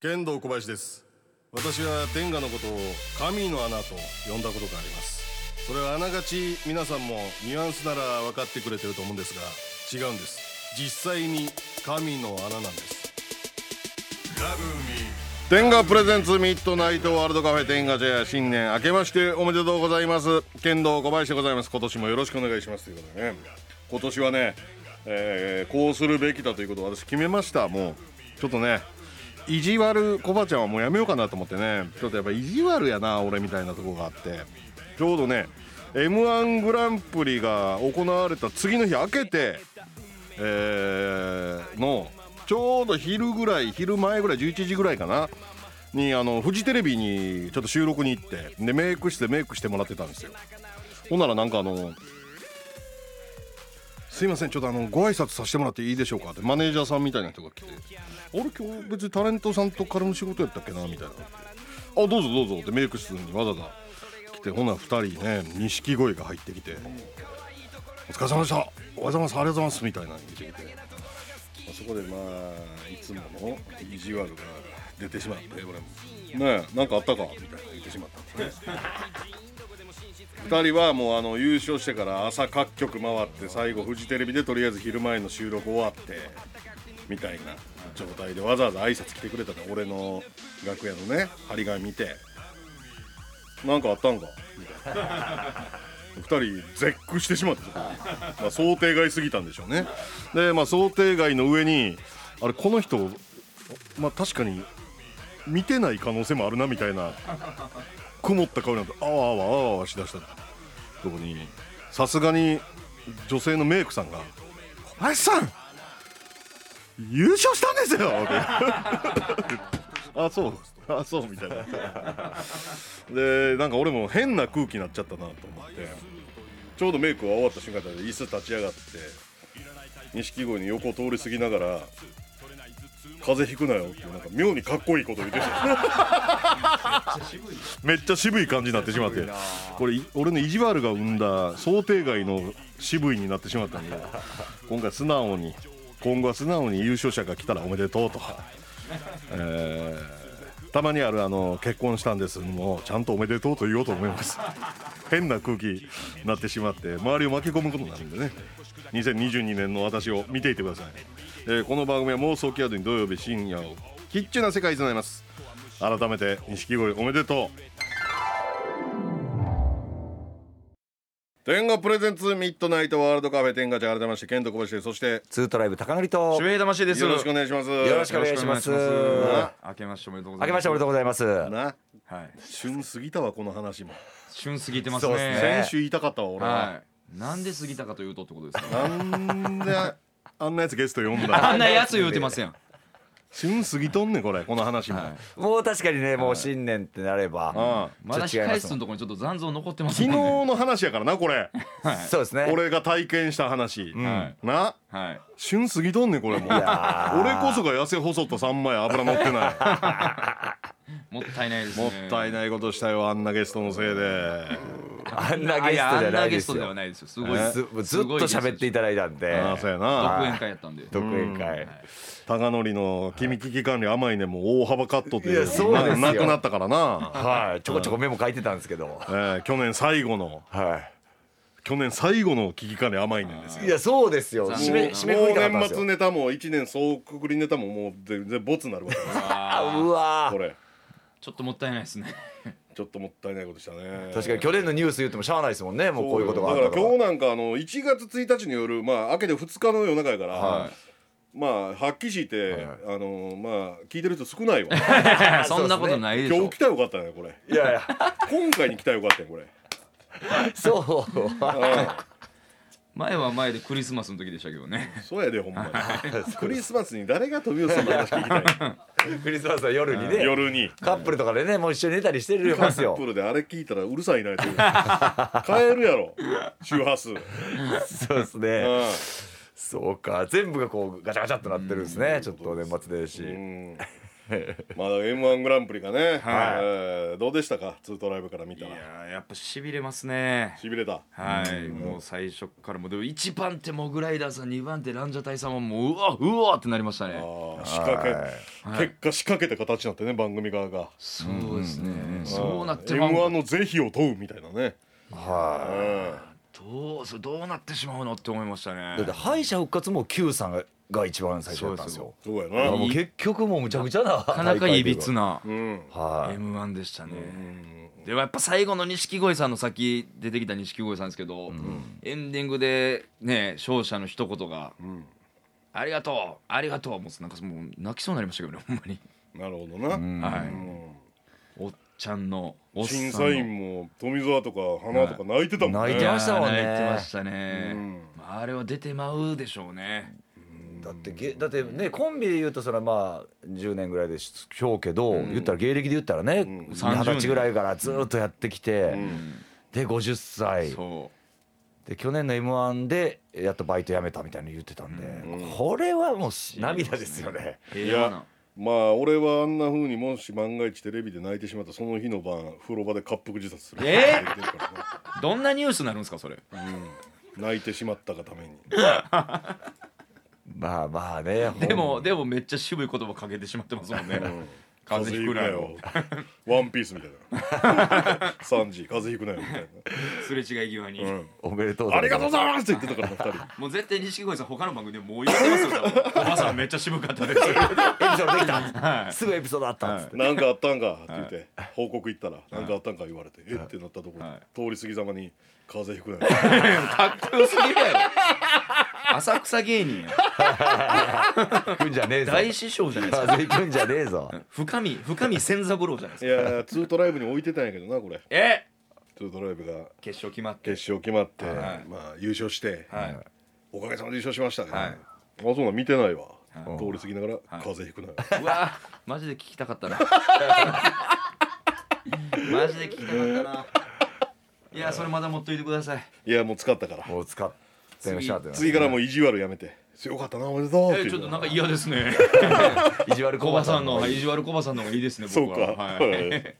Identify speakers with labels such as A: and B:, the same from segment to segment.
A: 剣道小林です私は天下のことを神の穴と呼んだことがありますそれはあながち皆さんもニュアンスなら分かってくれてると思うんですが違うんです実際に神の穴なんです天下プレゼンツミッドナイトワールドカフェ天下茶屋新年明けましておめでとうございます剣道小林でございます今年もよろしくお願いしますということでね今年はね、えーこうするべきだということを私決めましたもうちょっとね意地悪コバちゃんはもうやめようかなと思ってねちょっとやっぱ意地悪やな俺みたいなとこがあってちょうどね m 1グランプリが行われた次の日明けて、えーのちょうど昼ぐらい昼前ぐらい11時ぐらいかなにあのフジテレビにちょっと収録に行ってでメイクしてメイクしてもらってたんですよほんならなんかあのすいませんちょっとあのご挨拶させてもらっていいでしょうかってマネージャーさんみたいな人が来て「俺今日別にタレントさんと絡む仕事やったっけな」みたいな「あどうぞどうぞ」ってメイク室にわざわざ来てほな2人ね錦鯉が入ってきて「お疲れ様でしたおはようございますありがとうございます」みたいなの言ってきて、まあそこでまあいつもの意地悪が出てしまって俺も「ねえ何かあったか」みたいな言ってしまったんですね2人はもうあの優勝してから朝各局回って最後フジテレビでとりあえず昼前の収録終わってみたいな状態でわざわざ挨拶来てくれたから俺の楽屋のね張り紙見て「なんかあったんか?」みたいな2人絶句してしまって、まあ、想定外すぎたんでしょうねでまあ想定外の上にあれこの人まあ確かに見てない可能性もあるなみたいな曇った顔になってあわあわあわあわしだしたとこにさすがに女性のメイクさんが「小林さん優勝したんですよ!」 ってあそうあそうみたいなでなんか俺も変な空気になっちゃったなと思ってちょうどメイクが終わった瞬間で椅子立ち上がって錦鯉に横通り過ぎながら「風邪ひくなよ」ってなんか妙にかっこいいこと 言ってためっちゃ渋い感じになってしまってこれい俺の意地悪が生んだ想定外の渋いになってしまったんで今回素直に今後は素直に優勝者が来たらおめでとうと、えーたまにあるあの結婚したんですもうちゃんとおめでとうと言おうと思います変な空気になってしまって周りを巻き込むことになるんでね2022年の私を見ていてください、えーこの番組は妄想キャドに土曜日深夜をキッチュな世界となります改めて錦鯉おめでとう天狗プレゼンツミッドナイトワールドカフェ天狗ちゃん改めまして剣道小林ですそして
B: ツートライブ高典と
C: 守衛魂です。
A: よろしくお
C: よ
A: 願いします
B: よろしくお願いし
C: ろ
B: ま
C: し
B: す
C: くお願いします。明けましておめでとうご
B: 明
C: ざい
B: け
C: ま。
B: ますしておめでとうございます
A: な
C: はい。
A: 旬過ぎたわこの話も
C: 旬過ぎてます
B: そう
C: ね。
B: ですね
A: 先週言いたかったわ俺は、
C: はい。なんで過ぎたかというとってことです か。
A: なんであんなやつゲスト呼ん
C: あ
A: だ
C: んなやつ言うてません。
A: 旬過ぎとんねんこれこの話も、
C: はい
B: もう確かにねもう新年ってなれば
A: ああ
C: まだ
B: ちょっと違いま
C: 控え
B: す
C: 室のところにちょっと残像残ってます
A: 昨日
C: もんね。
A: の話やからなこ れ
B: そうですね
A: 俺が体験した話、
C: は
A: な
C: はい。
A: 旬過ぎとんねんこれもう俺こ
B: や
A: そが痩せ細った三枚油乗って ない
C: もったいないですね。
A: もったい
C: い。
A: ないことしたよあんなゲストのせいで
B: あんな
C: あ
B: ゲ
C: い
B: ス
C: や
B: ト
C: あ
B: じゃ
C: ん
B: な
C: ない
B: で
C: ゲ
B: す
C: ストでは
B: よ
C: ないですよ。すごい。
B: ずずっと喋ってい
C: た。
B: ただいたんで
A: ああそうや
C: 独
A: な
C: 演会やったんで。
B: 独演会
A: 高典の君危機管理甘いねもう大幅カットって
B: いやそうですよ
A: ななくなったからな、
B: はいちょこちょこメモ書いてたんですけど
A: えー去年最後の
B: は
A: 去年最後の危機管理甘いねんですよ
B: いいやそうですよ
C: 残
B: 締
C: 念
B: め
A: もう
B: 締めくくりたかったん
A: もう年
B: ですよ
A: 末ネタも1年総くくりネタももう全然ボツになるわけだな
B: あうわ
A: これ
C: ちょっともったいないですね。
A: ちょっともったいないことしたね
B: 確かに去年のニュース言ってもしゃあないですもんねもうこういうことがあ
A: だか
B: った
A: ら
B: の
A: 今日
B: は
A: なんかあの1月1日の夜まあ明けて2日の夜中やから、
C: は
A: まあはっきり言って、
B: はい
A: あのまあ聞いてる人少 ないわ
C: い。 そんなことないでし
A: 今日
C: ょ
A: 来。たらよかったねこれ
B: いやいや
A: 今回に来たらよかったよこれ
B: そう
C: 前は前でクリスマスの時でしたけどね。
A: そうやでほんま にクリスマスに誰が飛び寄せんの話聞きたい
B: クリスマスは夜にね
A: 夜に
B: カップルとかでねもう一緒に寝たりしてるますよ
A: プールであれ聞いたらうるさい なやつ変えるやろ周波数、うん、
B: そうですねそうか全部がこうガチャガチャっとなってるんですね、ちょっと年末ですし、
A: うんまだ m 1グランプリがね、
C: はい
A: えーどうでしたか2トライブから見
C: い
A: た
C: や
A: ら
C: ーやっぱしびれますね
A: しびれた
C: はいもう最初からもうでも1番手モグライダーさん2番手ランジャタイさんはもううわうわってなりましたね
A: あー仕掛け、結果仕掛けた形になってね番組側が
C: そうですね、そうなって
A: うん
C: ま
A: m 1
C: う
A: の是非を問うみたいなね、
B: は
C: どうそうどうなってしまうのって思いましたね
B: いだって敗者復活も Q さんがが一番最初だったんですよ
A: そうや
B: だから
A: な
B: もう結局もうむちゃくちゃなな
C: なかなかいびつな
A: うん
B: はい
C: m 1でしたね、でもやっぱ最後の錦鯉さんの先出てきた錦鯉さんですけど、エンディングでね勝者の一言が「ありがとうありがとう」もうなんかもう泣きそうになりましたけどねほんまに、
A: なるほどな、
C: はいおっちゃんのおっさんの
A: 審査員も富澤とか花とか泣いてたもんね、
B: 泣いて
C: や
B: ましたもんね
C: 泣いてましたね、まあ、あれは出てまうでしょうね
B: だってげだってねコンビで言うとそれはまあ10年ぐらいでしょうけど、言ったら芸歴で言ったらね二十、
C: 30
B: 歳ぐらいからずっとやってきて、で50歳
C: そ
B: で去年の m 1でやっとバイト辞めたみたいなの言ってたんで、これはもうし涙ですよね。
C: う
A: い
C: 平和
A: や
C: な
A: まあ俺はあんな風にもし万が一テレビで泣いてしまったその日の晩風呂場で滑腹自殺する
C: え
A: できるから
C: どんなニュースになるんですかそれ
A: な泣いてしまったがために
B: まあまあね
C: でもでもめっちゃ渋い言葉かけてしまってますもんね、風邪ひくなよ
A: 風邪ひくなよワンピースみたいな3時風邪ひくなよみたい
C: すれ違い際に、
A: な、う ん
B: おめでとう
A: ありがとうご
B: ざい
A: ざいますって言ってたからね
C: もう絶対錦鯉さん他の番組でもう言ってますよ多分おばさんめっちゃ渋かった です
B: ますエピソードできた、すぐエピソードあったっつっ
A: 2
B: て、
A: 人なんかあったんかって言って報告行ったらなんかあったんか言われてえってなったところ
C: はい
A: 通り過ぎざまに風邪ひくなよ
C: かっこよすぎるやろ浅草芸人や
B: 行くんじゃねえぞ
C: 大師匠じゃないですか
B: 風邪行くんじゃねえぞ
C: 深見深見千三郎じゃないです
A: い
C: か
A: やーツートライブに置いてたんやけどなこれ
C: え
A: ツートライブが
C: 決勝決まって
A: 決勝決まって
C: はい
A: まあ優勝して
C: はい
A: おかげさまで優勝しましたね、
C: はい
A: あそうなん見てないわ、通り過ぎながら、風邪ひくなよ
C: うわマジで聞きたか ったなマジで聞きたかったないやそれまだ持っといてください
A: いやもう使ったから
B: もう使ってましたってな
A: 次からもう意地悪やめてよかったなおめでとうって
C: え
A: 言
C: ちょっ
A: う
C: と
A: か
C: な
A: ら
C: んか嫌ですね
B: 意地悪
C: コバさんの
B: はい
C: 意地悪コバさんの方がいいですね
A: そう
C: 僕
A: か、
C: ははい
A: はい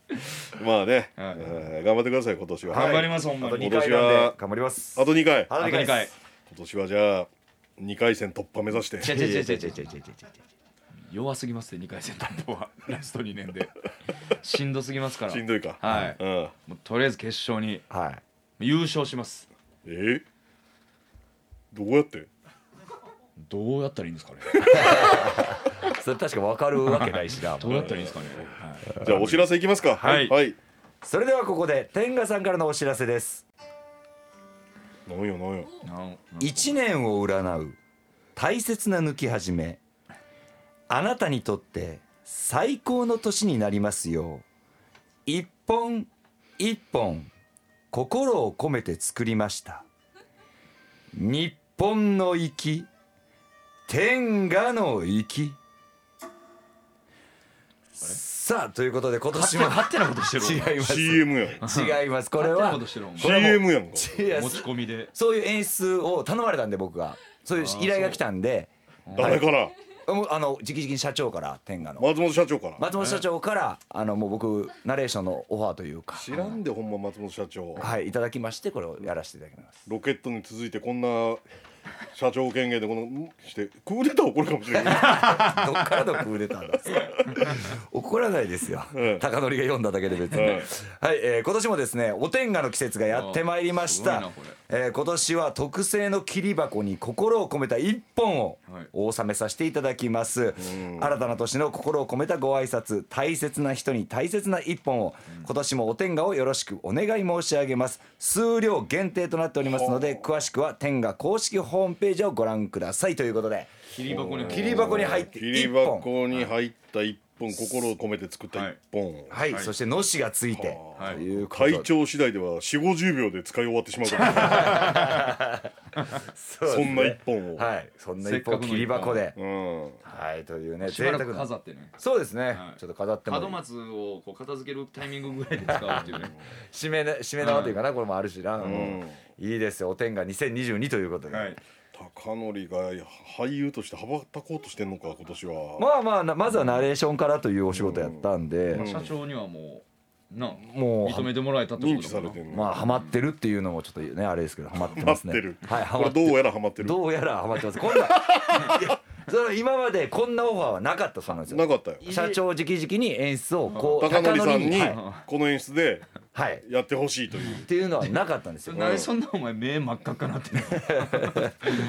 A: まあね、
C: はい
A: えー頑張ってください今年は、
C: 頑張りますほん
B: あ
C: ま
B: と
C: に
B: 2回なんで頑張ります
A: あと2回
B: あ
A: 今
B: と二
C: あと2
B: 回
C: 回
B: です
A: 年はじゃあ2回戦突破目指して
C: 違う違う違う違う違
B: 違う
C: う
B: 違う違う
C: 弱すぎますね2回戦突破はラスト2年でしんどすぎますから
A: しんどいか
C: はい
A: うん
C: もうとりあえず決勝に
B: はい
C: 優勝します
A: えーどうやって
C: どうやったらいいんですかね
B: それ確か分かるわけないしな
C: どうやったらいいんですかね、
A: じゃあお知らせいきますか
C: はい
A: はい、
B: それではここで天賀さんからのお知らせです
A: なんよなんよ
C: はい、
B: 1年を占う大切な抜き始めあなたにとって最高の年になりますよう一本一本心を込めて作りました日本の粋天下の粋さあということで今年も
C: 勝手なことしてる
B: 違います
A: CM やん
B: 違いますこれは
C: 勝手なことしてるもん
B: これはもう
A: CM やんか
B: いや
C: 持ち込みで
B: そういう演出を頼まれたんで僕がそういう依頼が来たんで
A: 誰から
B: もうあの直々に社長から天下の
A: 松本社長から
B: 松本社長からあのもう僕ナレーションのオファーというか
A: 知らんでほんま松本社長
B: はいいただきましてこれをやらせていただきます
A: ロケットに続いてこんな社長権限でこのんしてクーデター起こるかもしれない
B: どっからのクーデターなんですか怒らないですよ
A: うん
B: 高典が読んだだけで別に
A: うん
B: はいえー今年もですねお天下の季節がやってまいりまし
C: あーす
B: た
C: ごいなこ
B: えー今年は特製の切り箱に心を込めた一本を
C: はい
B: お納めさせていただきます新たな年の心を込めたご挨拶大切な人に大切な一本を今年もお天下をよろしくお願い申し上げます数量限定となっておりますので詳しくは天下公式ホームページをご覧くださいということで
C: 切り箱に
B: 切り箱に入って
A: 切り
B: 1本
A: 箱に入った一本心を込めて作った一本、
B: はい、そしてのしがついて、
A: はい
B: ということで
A: 会長次第では4 5 0秒で使い終わってしまうから、
B: そうです
A: そ
B: ね
A: んな一本を、
B: はいそんな
C: せっ
B: 一
C: かくの
B: 本切り箱で
A: うん、
B: はいというね
C: しばらく
B: な
C: 飾ってね
B: そうですね、
C: はい
B: ちょっと飾っても
C: 門松をこう片付けるタイミングぐらいで使うってい うね
B: 締めな締め縄というかな、これもあるしな、うんんいいですよお天が2022ということで、
C: はい
A: 高典が俳優として羽ばたこうとしてんのか今年は、
B: まあまあなまずはナレーションからというお仕事やったんで、
C: まあ社長にはもうな
B: もう
C: 認めてもらえたってこ
A: 認
C: と
A: 知さ
C: だか
A: れ
C: ら
A: てんの、
B: まあハマってるっていうのもちょっとねあれですけどハマってます
A: ハマっ
B: ね
A: てる
B: はいハ
A: これ
B: マって
A: どうやらハマってる
B: どうやらハマってますこんないやその今までこんなオファーはなかったそうなんです
A: な
B: よ
A: かったよ
B: 社長直々に演出をこう
A: 高典さんに
B: はい、
A: この演出で
B: はい、
A: やってほしいという
B: っていうのはなかったんです
C: そ
B: よ
C: れなんでそんなお前目真っ赤っかなってんの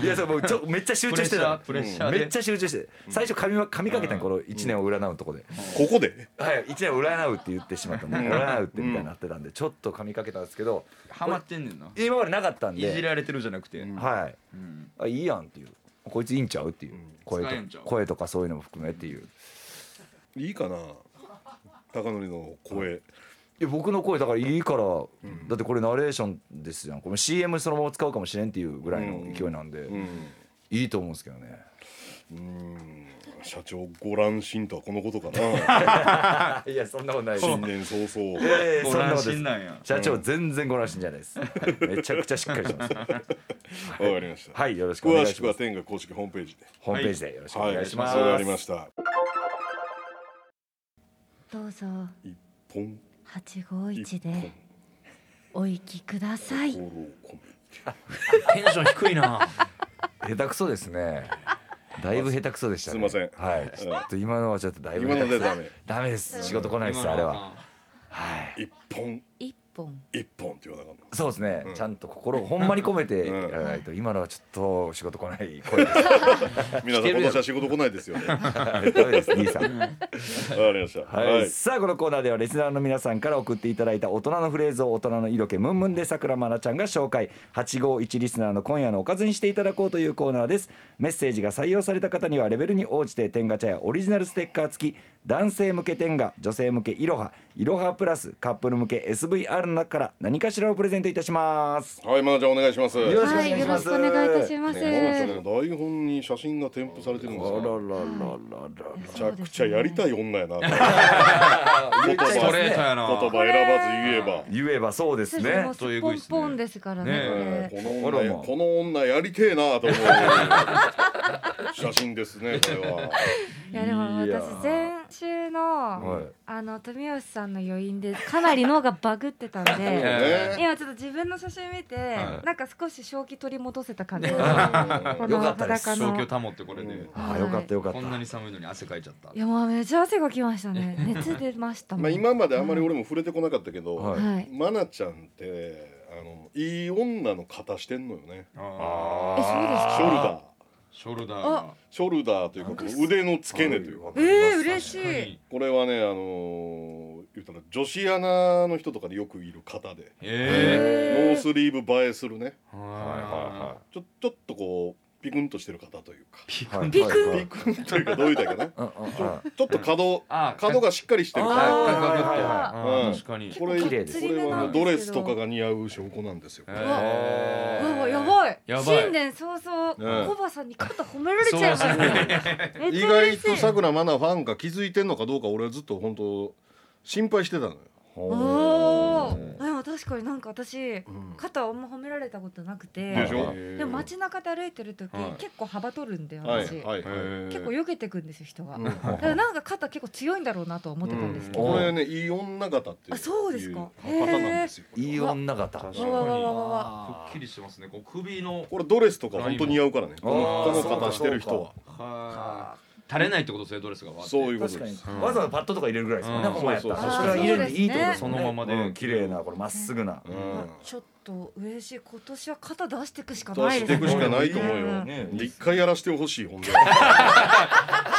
B: いやそうもうちょめっちゃ集
C: プ
B: 中
C: レッ
B: し
C: シ
B: て
C: ャ
B: た
C: ープレッシャーで
B: めっちゃ集中して最初髪は髪かけたのこの1年を占うとこで、
A: ここで
B: はい、1年を占うって言ってしまったんで占うってみたいになってたんでちょっと髪かけたんですけど
C: ハマってんねんな
B: 今までなかったん
C: いじ
B: で、
C: られてるじゃなくて、
B: はい、
C: うん
B: あいいやんっていうこいついいんちゃうっていう声と
C: 使えんちゃう
B: 声とかそういうのも含めっていう
A: いいかな高典の声
B: いや僕の声だからいいから、だってこれナレーションですじゃんこの CM そのまま使うかもしれんっていうぐらいの勢いなんで、
A: うん
B: いいと思うんですけどね
A: うん社長ご乱心とはこのことか な
B: あ いやそんなことない です
A: 新年早々
B: ええ
C: ご
B: そんな
C: 乱
B: ことで
C: 心
B: す
C: なんや
B: 社長全然ご乱心じゃないですめちゃくちゃしっかりしてます
A: わかりました、
B: はいよろしくお
A: 詳
B: 願い
A: し
B: し
A: く
B: ま
A: は
B: す
A: 天下公式ホームページで
B: ホームページでよろしくお
A: はい
B: 願いします、
A: それでありました
D: どうぞ
A: 一本
D: 八五一
A: 一
D: で
A: 本
D: お行きください
A: 心。を込め
C: テンション低いな
B: 下手くそですねだいぶ下手くそでしたね
A: すいません
B: はいちょっと今のはちょっとだいぶ
A: 今ので
B: 下手くそ
A: ダメ
B: ダメです仕事来ないですあれははい
A: 一本
D: 一本。
A: 一本って言わなかった
B: そうですね、ちゃんと心をほんまに込めてや
A: うん
B: らないと、今のはちょっと仕事来ない 声です。
A: 皆さん今年は仕事来ないですよ ねわか
B: ダメです、兄さん。
A: りました
B: はい、さあ、このコーナーではリスナーの皆さんから送っていただいた大人のフレーズを大人の色気ムンムンで桜まなちゃんが紹介。851リスナーの今夜のおかずにしていただこうというコーナーです。メッセージが採用された方にはレベルに応じて天ガ茶やオリジナルステッカー付き。男性向け天ガ、女性向けいろはいろはプラスカップル向け S. V. R. の中から何かしらをプレゼントいたします。
A: はいまなちゃんお願いします
B: よろしくお
D: は
B: 願い
D: い、
B: し
D: よ
B: ま
D: ろ
B: す
D: しくお願いいたします。
A: ねまなちゃんね台本に写真が添付されてるんです
B: あらら
A: よ
B: らららら。
A: めちゃくちゃやりたい女や な言
B: 言っちゃいますね
C: ストレートやな
A: 葉選ばず言えば
B: 言えばそうです
D: す
B: ね
D: もう。すっぽんぽんですからね。
C: ね
A: え
D: これ
A: えこの
B: あら
A: 女
B: まあ
A: この女やりてえなと思う 写真ですねこれはい
D: やでも
B: いや
D: 私前週の、
B: はい
D: あの富吉さんの余韻でかなり脳がバグってたんで
A: ね
D: 今ちょっと自分の写真見て、
C: はい
D: なんか少し正気取り戻せた感じ こ
B: よかったです
C: 正
D: 裸の
C: 気を保ってこれで
B: ああよかったよかっ
C: こんな
B: た。
C: に寒いのに汗かいちゃった
D: いやもうめっちゃ汗がきましたね熱出ましたもん
A: まあ今まであんまり俺も触れてこなかったけど、
B: は
D: はい
A: マナちゃんってあのいい女の型してんのよね
C: あ
D: えそうです
A: シ
D: か
A: ョルダー
C: ーショルダー
D: あ
C: が
A: ショルダーというかこの腕の付け根というか
B: は
D: え
B: い
D: ー、嬉し
C: はいい
A: これはねあのー言ったら女子アナの人とかでよくいる型で
C: え
A: ノースリーブ映えするね
C: ー
B: はいは
A: ちょちょっとこうピクンとしてる型というか
B: いはい。
D: ピクン
B: はい
A: ピクンというかどういうだけね
B: うんうんうん
A: ちょっと角
C: あー
A: 角がしっかりしてる
B: あー
A: 型
C: ガクガクって
B: はい
A: はいはい
C: あ
A: う
C: ー
A: ん
C: 確かに
A: これ
B: 結構
A: こ
B: 綺麗
A: れ
B: です
A: はねドレスとかが似合う証拠なんですよ
C: え
D: うわうわ
C: ー
D: やばい
C: やばい
D: 新年早々
A: ね
D: コバさんに肩褒められちゃいましたねめっ
A: 意
D: ちゃ嬉
A: 外
D: しい
A: とさくらまなファンが気づいてんのかどうか俺はずっと本当心配してたのよ
D: おおーでも確かになんか私肩あんま褒められたことなくて
A: でしょ
D: でも街中で歩いてる時、
A: はい
D: 結構幅取るんだよ
A: はい
D: 私、
A: はいはい
D: 結構避けてくんですよ人が、
A: うん
D: だからなんか肩結構強いんだろうなとは思ってたんですけど、
B: うん
A: これねいい女型っていう
D: あそうですか
A: いう型なんですよこれ
B: いい女方。
D: わわわわわわ
C: くっきりしてますねこう首の
A: これドレスとか本当に似合うからねこ
B: あー
A: のこの型してる人は
C: はー垂れないってことですねドレスがわーって
A: そういうこと
B: 確
A: で
B: かに
A: す。
B: わざわざパッドとか入れるぐらいですもんね。
C: うん
B: ほんまやったら。
A: そうそう
D: そう
B: それは入れるいいってことですもんね
C: そのままで
B: うん綺麗なこれまっすぐな。
A: うん
D: あちょっと嬉しい今年は肩出していくしか
A: 出
D: ない
A: し
D: です
A: ていくしかないと思うよ
B: ね
A: で一回やらしてほしい本当に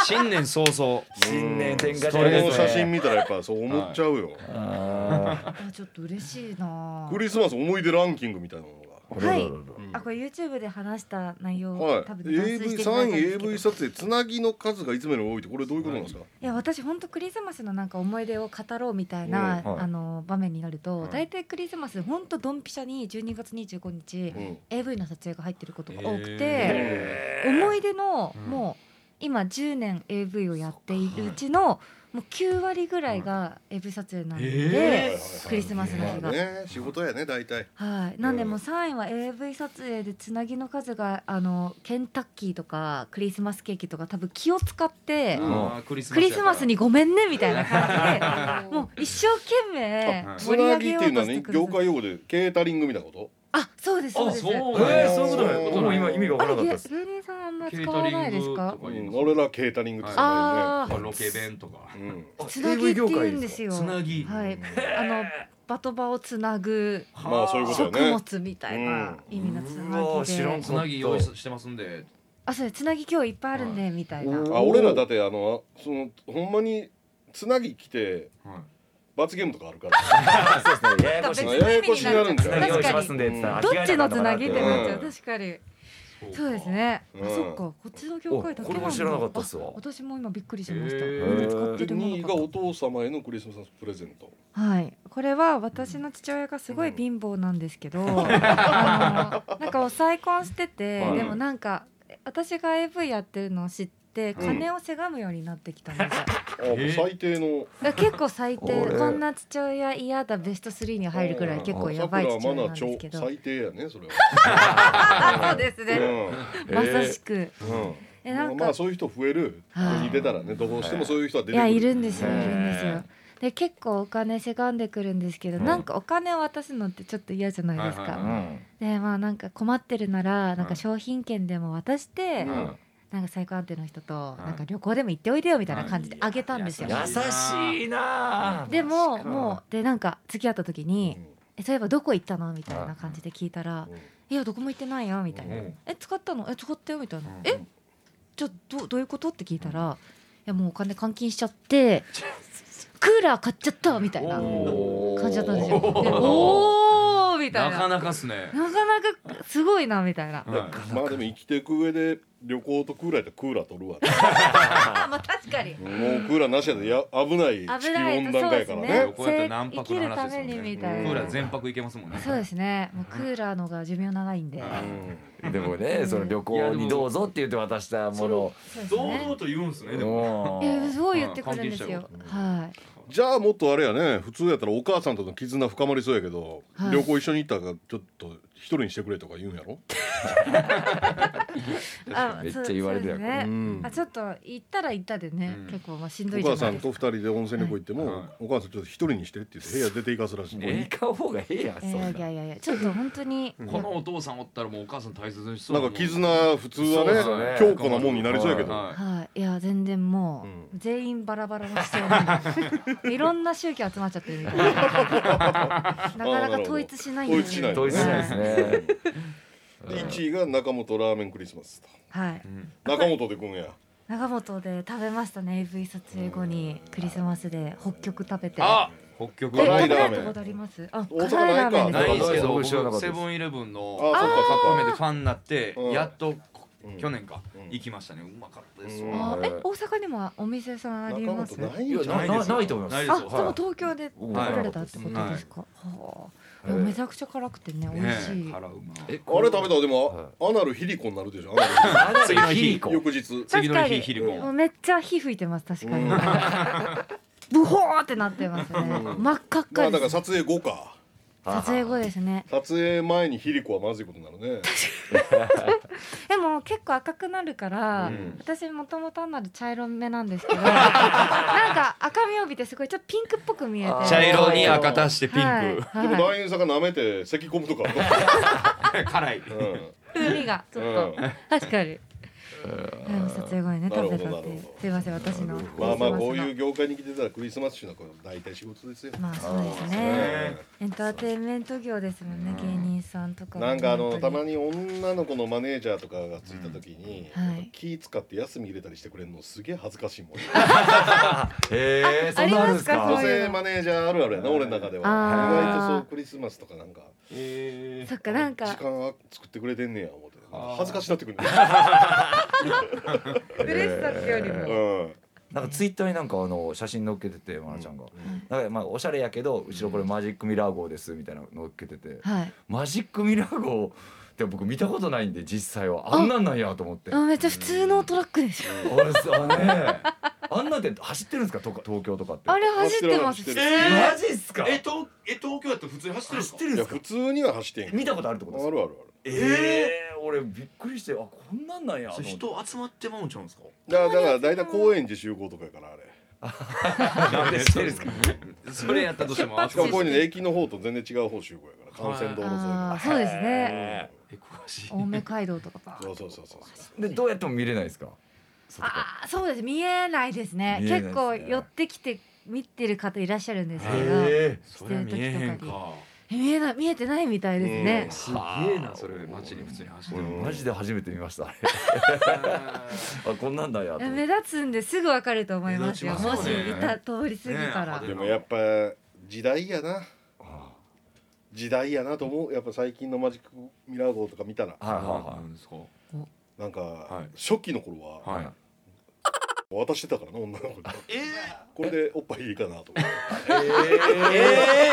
C: 新年早々
B: 新年天下
A: この写真見たらやっぱそう思っちゃうよ
B: あ
D: あちょっと嬉しいな
A: クリスマス思い出ランキングみたいなのが
B: ー
D: はい
B: あらららら
D: あこれ YouTube で話した内容、
A: はい
D: 多分抜粋していただ
A: AV3
D: いたんですけ
A: 位
D: ど
A: AV 撮影つなぎの数がいつもより多いってこれどういうことなんですか
D: いや私本当クリスマスのなんか思い出を語ろうみたいな、
B: うんはい
D: あの場面になると、大体クリスマス本当ドンピシャに12月25日、
A: うん
D: AV の撮影が入ってることが多くて、
C: え
D: 思い出の、もう今10年 AV をやっているうちの、もう9割ぐらいが AV 撮影なんで、
C: え
D: クリスマスの日
A: ま
D: が
A: あ。ね仕事やね大体
D: はい、なんでもう3位は AV 撮影でつなぎの数があのケンタッキーとかクリスマスケーキとか多分気を使って
C: あークリスマスやから
D: クリスマスにごめんねみたいな感じでもう一生懸命
C: あ
A: つ
D: 盛り上
A: な
D: げ
A: ぎっ
D: よ
A: ていうの
D: うと
A: は
D: して
A: ね
D: くだ
A: 業
D: さい
A: 界用語でケータリングみたいなこと
D: あそうですそうです
C: そう
B: え
C: なんや
B: ーそういうこと
A: そう
B: ね僕も今意味がわ
D: あ
B: から
D: れ
B: なかった
D: 芸
B: です
D: 芸人さんあんま使わないですか
C: ケ
A: うん
C: ータリングとか言います
A: 俺らケータリングって言
D: あ
A: う
D: あ
C: ロケ弁とか
A: んだよね
B: あ
D: つなぎって言うんです
B: よ
D: よ
C: つなぎ
D: はいあの場と場をつなぐ
A: うんまあそういうこと
D: 食
A: だよね
D: 物みたいな意味のつ
B: うわ知ら
D: なん
B: か
D: ぎで
C: つなぎ用意してますんで
D: あそうですつなぎ今日いっぱいあるんでみたいな
A: あ俺らだってあのそのほんまにつなぎ来て罰ゲームとかあるから
B: そ うですねややこしい
D: 別
B: で
A: ややこしにな
B: すね
D: の意味になっちゃう
A: るんじゃない
B: 用意
D: 確
B: し
D: か
B: ま
D: に
B: すんでって言った
D: ど
B: ら
D: っちのつなぎってなっちゃう
A: うん
D: 確かにそうですねあそっかこっちの業界だけなんだ
B: おこれも知らなかったっすわ
D: あ私も今びっくりしました
C: へー
D: みんな使ってるも
A: 2位
D: の
A: が
D: か
A: お父様へのクリスマスプレゼント
D: はい、これは私の父親がすごい貧乏なんですけど、あのなんかお再婚してて、
A: はい
D: でもなんか私が AV やってるのを知って
A: うん
D: 金をせがむようになってきたんですよ、
A: あ最低の
D: だから結構最低
B: これ
D: こんな父親嫌だベスト3に入るくらい結構やばい父親なんですけど
A: 最低やねそれは
D: あそうですね、
A: う
D: まさしく、
A: んうん
D: えなん
A: ま
D: か
A: あそういう人増える
D: はい
A: 国出たらねどうしてもそういう人は出
D: い
A: てく
D: や
A: る
D: いるんですよい
B: へ
D: る
B: ー
D: んですよで結構お金せがんでくるんですけど、なんかお金を渡すのってちょっと嫌じゃないですか、
C: はいはいはい
B: うん
D: でまあなんか困ってるならなんか商品券でも渡して、
A: うん
D: なんか最高安定の人と
C: い
D: なんか旅行でも行っておいでよみたいな感じであげたんですよ。
C: いや
B: 優しいなあ
D: でももうでなんか付き合った時に
A: うん
D: 「えそういえばどこ行ったの?」みたいな感じで聞いたら
A: うん
D: 「いやどこも行ってないよ」みたいな
C: うん
D: 「え使ったのえ使ったよ」みたいな「えじゃあどどういうこと?」って聞いたら「いやもうお金換金しちゃってクーラー買っちゃった」みたいな感じだったんですよ。でおーみたい
C: なか
D: な。
C: なかっすね
D: なかなかすごいなみたいな。
C: は
A: まあでも生きていく上で旅行とクーラーやったらクーラー取るわね
D: あまあ確かに。
A: もうクーラーなしやでや危ない地
D: 危
A: 球
D: ない
A: 温暖化やから
D: そうです
A: ね
D: ね
C: いこうやってナンパクの話ですもん
D: 生きるために
C: ね
D: み
C: ク
D: た
A: いな
C: ーラー全泊いけますもんね
D: そうですね。もうクーラーのが寿命長いんで。
B: でもねその旅行にどうぞって言って渡したものを
D: そうです
C: 堂
D: ね
C: 々。と言うんですねでも
D: いや
B: う
D: すごい言ってくるんですよ。はい。
A: じゃあもっとあれやね普通やったらお母さんとの絆深まりそうやけど
D: はい
A: 旅行一緒に行ったからちょっと一人にしてくれとか言うんやろ
D: あ
B: めっちゃ
D: そう
B: 言われてた
D: そうですね
A: うん
D: あちょっと行ったら行ったでね、
C: うん
D: 結構まあしんどい
A: お
D: じ
A: 母
D: ゃな
A: さ
D: い
A: ん
D: ですか。
A: と二人で温泉旅行行っても、
C: はい
A: お母さんちょっと一人にしてって言って部屋出て行かすらしい
C: え
B: 行かん方がええやんそ
D: えー
B: ん
D: いや
B: ない
D: やいやちょっと本当に。
C: このお父さんおったらもうお母さん大切にしそう
A: なんか絆普通は
B: そう
A: ね
B: ですよね
A: 強固なもんになりそうやけど、
C: はい
D: はい、いや全然もう、全員バラバラの必要なんでいろんな宗教集まっちゃってるみたいななかなか統一しないん
A: 統一しない
B: 統一しないですね
A: で1位が中本ラーメンクリスマス
D: はい、
A: と中本でくんや
D: 長本で食べましたね AV 撮影後にクリスマスで北極食べて
C: あ北極
D: え
A: 辛
D: 食
A: い
D: べ
A: ラ
D: ら
A: ーメン
D: れたことありますあ
A: 大阪
D: 辛いラーメン
A: な
D: で
A: いか
C: な
D: す
C: いんですけど
B: 僕知らなか
C: 僕
B: った
C: セ
B: です
C: ブンイレブンの
A: あ
C: カ
A: そっかそっ
C: ッ
A: か
C: プ麺でファンになって
A: うん
C: やっと
A: うん
C: 去年か
A: うん
C: 行きましたねうまかったです
A: うん
C: わ
D: あえ大阪にもお店さんあり
A: 中
D: ます
A: 本ない
B: い
A: ん
B: や
A: じゃない
B: な
C: ないですよ
B: ないと思います
C: ないです
D: あ
C: よ
D: で
B: はい
D: も東京で食べられたってことですか、はあ、いや
B: はい
D: めちゃくちゃ辛くてね美
C: ね
D: 味しい、
C: 辛うま
B: え
A: あれ食べたらでも、アナルヒリコになるでしょアナ
B: あ次の日以
A: ル
B: 降
A: 翌 日
C: 次の日ヒリコ
D: もう
C: ン
D: めっちゃ火吹いてます確かに、
A: うん
D: ブホーってなってますね
A: うん
D: 真っ赤っ
A: ま
D: か
A: あだか
D: で
A: ら
D: す、
A: 撮影後か
D: 撮影後ですね
A: 撮影前にヒリコはまずいことになるね
D: でも結構赤くなるから、
A: うん
D: 私もともとなる茶色目なんです けどなんか赤み帯びてすごいちょっとピンクっぽく見えて
B: あー
C: 茶色に赤足してピ
D: はい
C: ン
A: でも
D: はい
A: 団員さんが舐めて咳込むとか ある
C: ク 辛い
A: と思う
D: 風味がちょっと、
A: うん
D: 確かに。はい撮影後にね
A: なるほど
D: 食べたって
A: な
D: い
A: る
D: う
A: ほど
D: すいません私の
A: うんまあまあこう
D: クリスマス
A: い
D: の
A: う業界に来てたらクリスマスのこれ大体仕事ですよ
D: まあそうですね
A: ね
D: エンターテインメント業ですもんね芸人さんとか
A: なんかあのたま
D: に
A: に女の子のマネージャーとかがついた時に、
D: うんはい
A: やっぱ気使って休み入れたりしてくれるのすげえ恥ずかし いもん
B: へえ
D: あ
B: そんなあるんです
D: ありま
A: 女
B: か
D: すか
A: 性マネージャーあるあるやな俺の中では
D: あー
A: 意外とそうクリスマスとかなんか
D: そっかなん
A: 時
D: か
A: 間は作ってくれてんねや思って
C: あー
A: 恥ずかしな ってくるね、
D: 嬉しさってより
A: う
D: も
A: ん
B: なんかツイッターになんかあの写真載っけててまなちゃんが
A: うん
B: なんかまあおしゃれやけど後ろこれマジックミラー号ですみたいなの載っけてて
D: はい
B: マジックミラー号って僕見たことないんで実際はあんなんなんやと思って
D: あめっちゃ普通のトラックですよ
B: あれさねあんなんで走ってるんですかとか東京とかって
D: あれ走ってます
A: 走ってる
D: 普通に
B: マジっすか
E: え東え東京やったら普通に走ってるんですか
B: 走ってる
A: い
B: んで
A: や
B: すか
A: 普通には走ってんけど
B: 見たことあるってことです
A: あ
B: か
A: るある
B: ええ俺びっくりしてあこんなんなんやと
E: それ
B: 思って
E: 人集まってまうんちゃうんですか
A: あるだからだから大体高円寺集合とかやからあれ
C: なんでしてるんですか それやったとしても
A: しかもこういうの駅の方と全然違う方集合やから幹線道路沿い
D: あ
A: の
D: あそうですね
A: え
E: え詳しい
D: 青梅街道とかバーッ
A: そ
D: と
A: うそうそうそう
B: でどうやっても見れないですかそこ
D: ああそうです見えないですね
B: 見えないですね
D: 結構寄ってきて見てる方いらっしゃるんですけど、
B: え
E: それは見えへんか
D: え見えない見えてないみたいですね、
E: すげえなそれ街に普通に走っ
B: え
E: てる
B: 俺マ ジで初めて見ましたあれあこんなんだやと思って
D: 目立つんですぐわかると思いますよ
E: 目立ちま
D: もし
E: すよね
D: 見た通り過ぎたら、
E: ね
A: でもやっぱ時代やな時代やなと思うやっぱ最近のマジックミラー号とか見たら
B: はいはい
E: な
B: は
E: んですか
A: なんか
E: い
A: 初期の頃は
E: はい
A: 渡してたからな女の子に
E: え
A: これでおっぱいいいかなと思って
B: いええ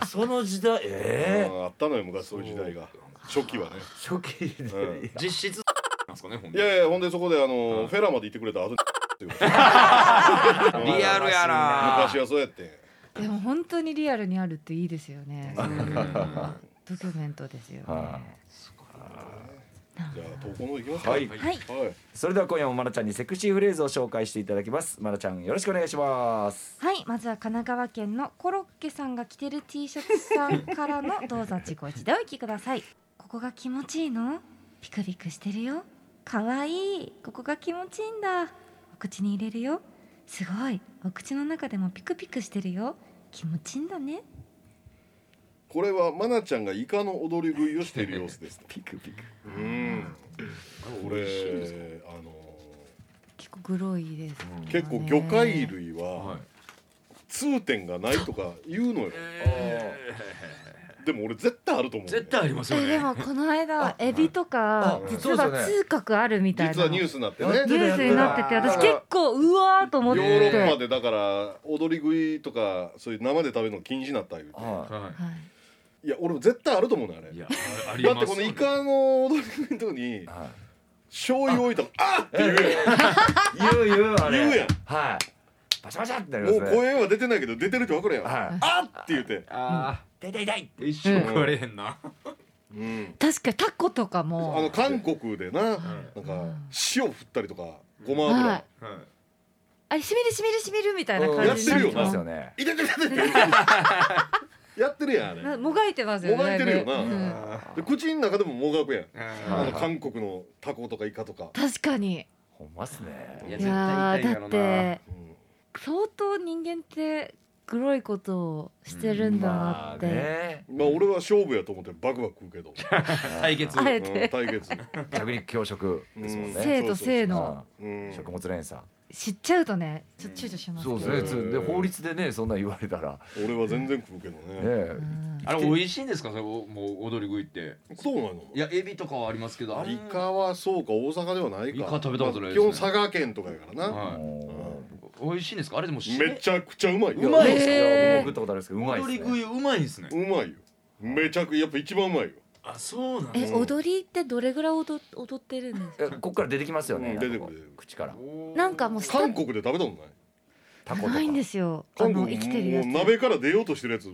B: あその時代ええ
A: うんあったのよ昔そういう時代が初期はね
B: 初
A: う
B: 期
A: ん
B: で
E: 実質なんですかねほん
A: い
E: で
A: やいやほんでそこであの、フェラまで行ってくれたあずっていう
C: リアルやな
A: 昔はそうやって
D: でも本当にリアルにあるっていいですよねドキュメントですよね、
B: は
A: じゃあ投稿の方行きますか
B: はい
D: はい
A: はい
B: それでは今夜もまなちゃんにセクシーフレーズを紹介していただきますまなちゃんよろしくお願いします
D: はいまずは神奈川県のコロッケさんが着てる T シャツさんからのどうぞ自己一でお聞きくださ いここが気持ちいいのピクピクしてるよかわいいここが気持ちいいんだお口に入れるよすごいお口の中でもピクピクしてるよ気持ちいいんだね
A: これはマナちゃんがイカの踊り食いをしている様子ですと
B: ピクピク
A: うんこれあの
D: 結構グロいです、
A: ー結構魚介類は痛点がないとか言うのよでも俺絶対あると思うね
E: 絶対ありますよ
D: えで
E: ね
D: もこの間エビとか
B: あ
D: 実
B: そう
D: は
B: ですよね
D: 痛覚あるみたいな
A: 実はニュースになってね
B: や
D: ニュースになってて
B: やってた
D: 私結構うわーと思
A: ヨ
D: って
A: ーロッパでだから踊り食いとかそういう生で食べるの禁止になったいうて
B: は
E: は
A: はいや俺も絶対あると思うねあれ
E: いい
A: だ
E: やああります
A: ってこのイカの踊り食いのとこに
B: いはい
A: 醤油置いたらあっって言うやん
B: 言う言うあれ
A: 言うやん
B: はいバシャバシャってなりま
A: も
B: す
A: う
B: ね
A: 声は出てないけど出てるって分かるやん、
B: はい
A: あっって言うて、
E: あ
B: 痛い痛い痛い
E: ー一生食われへんな
D: 確かにタコとか
A: あの
D: も
A: 韓国でななんか塩振ったりとかごま油、
D: はいあれしみるしみるしみるみたいな
B: うん
A: や
D: 感
A: っ
D: じ
A: て
D: にな
A: る
D: っ
A: よ
D: て
B: ま
D: ます
B: よ
D: す
B: ね
A: いてててててやってるやんあれ
D: なもがいてますよね
A: もがいてるよな
D: あれうん
A: で口の中でももがくやん
E: あ
A: あの韓国のタコとかイカとか、
D: 確かに
B: ほんまっすね
E: いや
D: いや
E: 絶対痛いんや
D: ー
E: ろ
D: だっ
E: な
D: て
A: うん
D: 相当人間ってグロいことをしてるんだなって、
B: ね
A: まあ俺は勝負やと思ってバクバク食うけど、
E: 対決
D: あ
A: う
D: え
A: ん、
D: て
A: 対決、
B: 着陸強食ですもん
A: うん
B: ね
D: 性と性の
A: うん、
B: 食物連鎖
D: 知っちゃうとねちょっと躊躇しますけ
B: そう
D: ど
B: ですね
A: うん
B: で法律でねそんなん言われたら
A: 俺は全然食うけど
B: ね
A: ね
B: え
D: うん
E: あれ美味しいんですかそれもう踊り食いって
A: そうなの
E: いやエビとかはありますけどあん
A: イカはそうか大阪ではないか
E: イカ食べたことないですね
A: まあ基本佐賀県とかやからな、
E: はい
B: も
E: 美味しいんですかあれでもし
A: めちゃくちゃうまいうよ
B: うまいっ
D: ですす
B: よ
D: よ
B: 僕
D: へー
B: 食ったことあるんですけどうまいっ
E: 踊り
B: す
E: 食
B: ね
E: いうまいんですね
A: うまいよめちゃくやっぱ一番うまいよ
E: あそうなん
D: え踊りってどれぐらい踊踊ってるんですか
B: えここから出てきますよね
A: うん出てくる
B: 口から
D: なんかもう
A: 韓国で食べたことない
B: タコとか
D: ないんですよあ
A: 韓
D: の
A: 国
D: 生きてるやつ
A: もう鍋から出ようとしてるやつ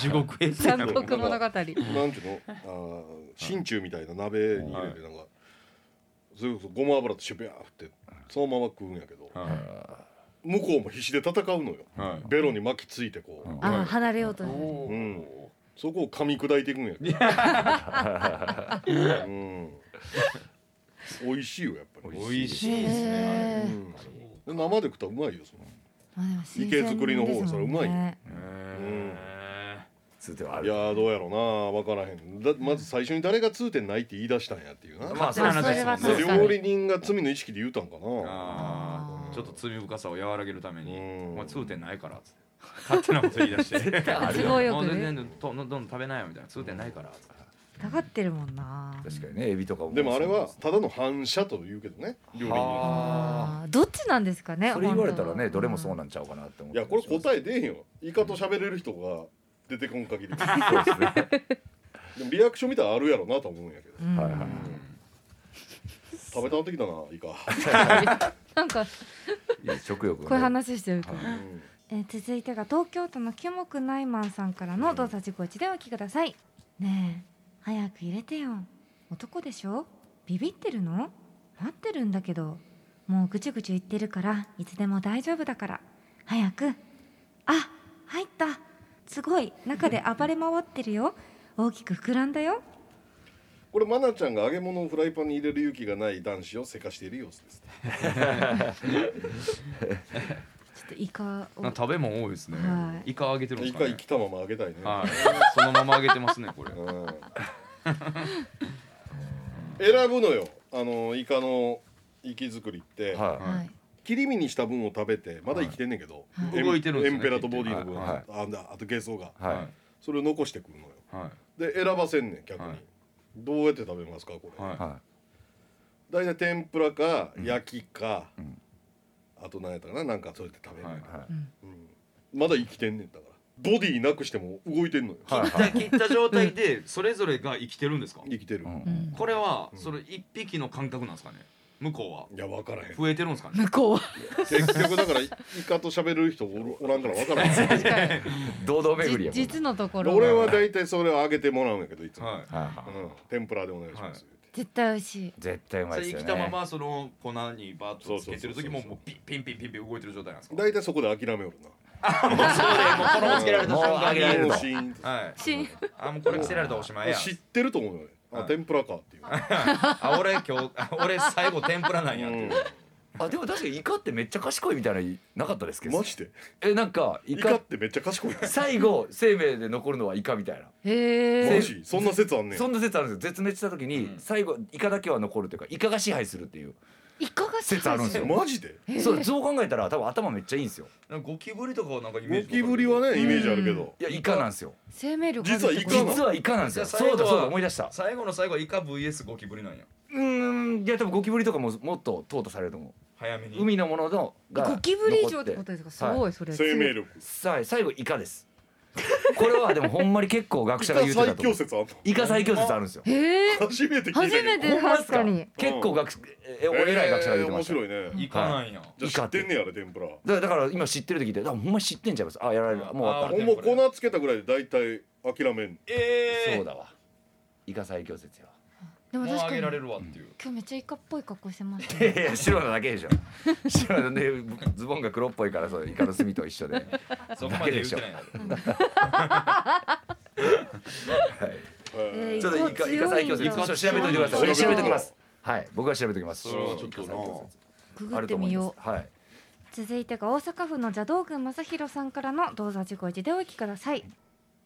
E: 地獄絵図
D: 三国物語
A: なんちゅうのあー真鍮みたいな鍋に入れてなんか、それこそごま油とシュビャーってそのまま食うんやけど、向こうも必死で戦うのよ、
E: はい
A: ベロに巻きついてこう、
D: あ離れようとして
A: うんそこを噛み砕いていくんやけど、うん、美味しいよやっぱり
E: 美味しいですね
D: へー
A: 生で食ったらうまいよその
D: まあでも新鮮
A: 池作りの方
D: ですもんね
A: それうま
E: へ
B: つうてはい
A: や
B: ある
A: ーどうやろうな分からへんだまず最初に誰が痛点ないって言い出したんやっていうな、
B: まあそうで
D: ま
B: す
D: あ
B: ね
D: それは
E: そう
D: 確か
A: 料
D: に
A: 理人が罪の意識で言うたんか
E: ー
A: な
E: あーちょっと罪深さを和らげるために
A: うん
E: お前痛点ないからっつって勝手なこと言い出して
D: すごいよ
E: も
D: く
E: う全
D: ね
E: 然どんどんどん食べないよみたいな痛点ないからっつって
D: かかってるもんな
B: 確かにねエビとか
A: でもあれはただの反射というけどね料理人
B: は
D: あーどっちなんですかね
B: あそれ言われたらね
D: 本当
B: どれもそうなんちゃうかなって思
A: い
B: って
A: やこれ
B: え
A: 答え出えへんよイカと喋れる人が出てこん限り
B: そうですね
A: でもリアクション見たらあるやろなと思うんやけど
D: うん
B: はいはい
A: 食べたなってきたなイカ
D: なんかこ
B: いや食欲が
D: ういう話してるから
B: は
F: えー続いてが東京都のキュモクナイマンさんからの「どうぞ自己一でお聞きください」ねえ早く入れてよ男でしょビビってるの待ってるんだけどもうぐちゅぐちゅ言ってるからいつでも大丈夫だから早くあ入ったすごい中で暴れ回ってるよ大きく膨らんだよ
A: これマナちゃんが揚げ物をフライパンに入れる勇気がない男子をせかしている様子です
D: ちょっとイカを
C: なんか食べも多いですね
D: は。い
C: イカ揚げてるんで
A: イ
C: すか
A: カ
C: ね
A: 生。きたまま揚げたいね、
C: はい。そのまま揚げてますねこれ。
A: うん選ぶのよあのイカの生き作りって、
B: いは
D: はい
A: 切り身にした分を食べてまだ生きてんねんけど、
C: い
A: エン
C: 動いてるんですね
A: エンペラとボディの分、
B: はい
A: あんだあとゲソが
B: いはい
A: それを残してくるのよ
C: は
A: で選ばせんねん逆に、
C: はい
A: どうやって食べますかこ
C: い
A: れ、
C: は
B: は
A: 大体天ぷらか焼きか、あと何やったかななんかそれで食べ
C: い
A: る、
C: はい。
A: まだ生きてんねんだからボディなくしても動いてんのよ、
B: いはい
C: 切った切った状態でそれぞれが生きてるんですか。
A: 生きてる、
B: うん
D: うん
C: これはそれ一匹の感覚なんですかね。向こう
A: いや分からへん
C: は増えてるんですか ね。
D: 向こうは
A: 結局だからイカと喋る人お るおらんから分からへん
B: 堂々巡り
D: じ
B: やもん
D: 実のところ
A: 俺は大体それをあげてもらうんやけどいつも、
C: はい。
B: はいは
A: う
B: い
A: ん、天ぷらでお願いします、
D: 絶対美味しい
B: 絶対うまい
C: それ
B: です
C: 生
B: よ
C: き
B: ね
C: たままその粉にバッとつけてる時
A: そうそうそう
C: も
A: そう
C: もうピンピンピンピンピン動いてる状態なんですか。
A: 大体そこで諦めおる
C: このままつけられた瞬間に。
A: なも
B: もう諦める
A: う
B: と
A: シーンと
C: はい。
D: しん
C: あもうこれ着せられたらおしまいや。
A: 知ってると思うよねあ
C: はい
A: 天ぷらかっていう
C: あ俺今日あ俺最後天ぷらなんやっていう。
B: あでも確かにイカってめっちゃ賢いみたいなのなかったですけど
A: マジで
B: えなんかイ
A: イカ
B: カ
A: ってめっちゃ賢いね
B: 最後生命で残るのはイカみたいな
D: へ
A: マ
D: え
A: ジそんな説あんねん
B: そんな説あるんですよ絶滅した時に最後イカだけは残るというかイカが支配するっていう
D: イカが
B: 説あるんですよ
A: マジで
B: そうそう考えたら多分頭めっちゃいいんですよ
C: なんかゴキブリとかはなんかイメー
A: ゴ
C: ジ。
A: キブリは。ねイメージあるけど
B: いやイカなんですよ
D: 生命力
A: 実はイカなの
B: 実はイカなんですよ
C: じゃあ最後
B: そう
C: は
B: だそうだ思い出した
C: 最後の最後はイカ VS ゴキブリなんや。
B: うーんいや多分ゴキブリとかももっと淘汰されると思
C: 早めに。
B: う海のもののが
D: ゴキブリ以上ってことですかす
B: は
D: ごいそれ
A: 生命力
B: さあ最後イカですこれはでもほんまに結構学
A: イ
B: 者が
A: カ
B: 言うてた
A: 最
B: と思
A: 強
B: う
A: 説あんの
B: イカ最強説あるんですよ
D: へえ
A: 初めて聞いたけど
D: 初めて
B: ほんまっす
D: 確かに
B: 結構学ええ偉い学者が言ってました
A: えー面白いね
C: イカなんや。
A: じゃあ知ってんねやろ天ぷら
B: だからだから今知ってる時ってだからほんま知ってんちゃいますあやられるもう
C: あ
B: あ
C: ー
A: ほんま粉つけたぐらいで大体諦めん
C: ええ。
B: そうだわイカ最強説よ
D: でも
C: もうあげ
D: 確
C: ら
D: か
C: れ
D: に
C: るわっていう。
F: 今日めっちゃイカっぽい格好してます
B: いやいや白のだけでしょ 白のねズボンが黒っぽいからそうイカの墨と一緒で
C: そこまで言ってないやろ。
A: えー
D: えー
B: ちょっとイカイカ最強説
C: イカ
B: ちょっと調べといてください俺調べときますはい僕は調べときます
A: それはちょっとな
D: グ
B: あ
D: グっ
B: ると
D: て
B: 思
D: み
B: い
D: よ
B: ま
D: う
B: すはい
F: 続いてが大阪府の邪道軍正弘さんからの「どうぞ自己一でお聞きください」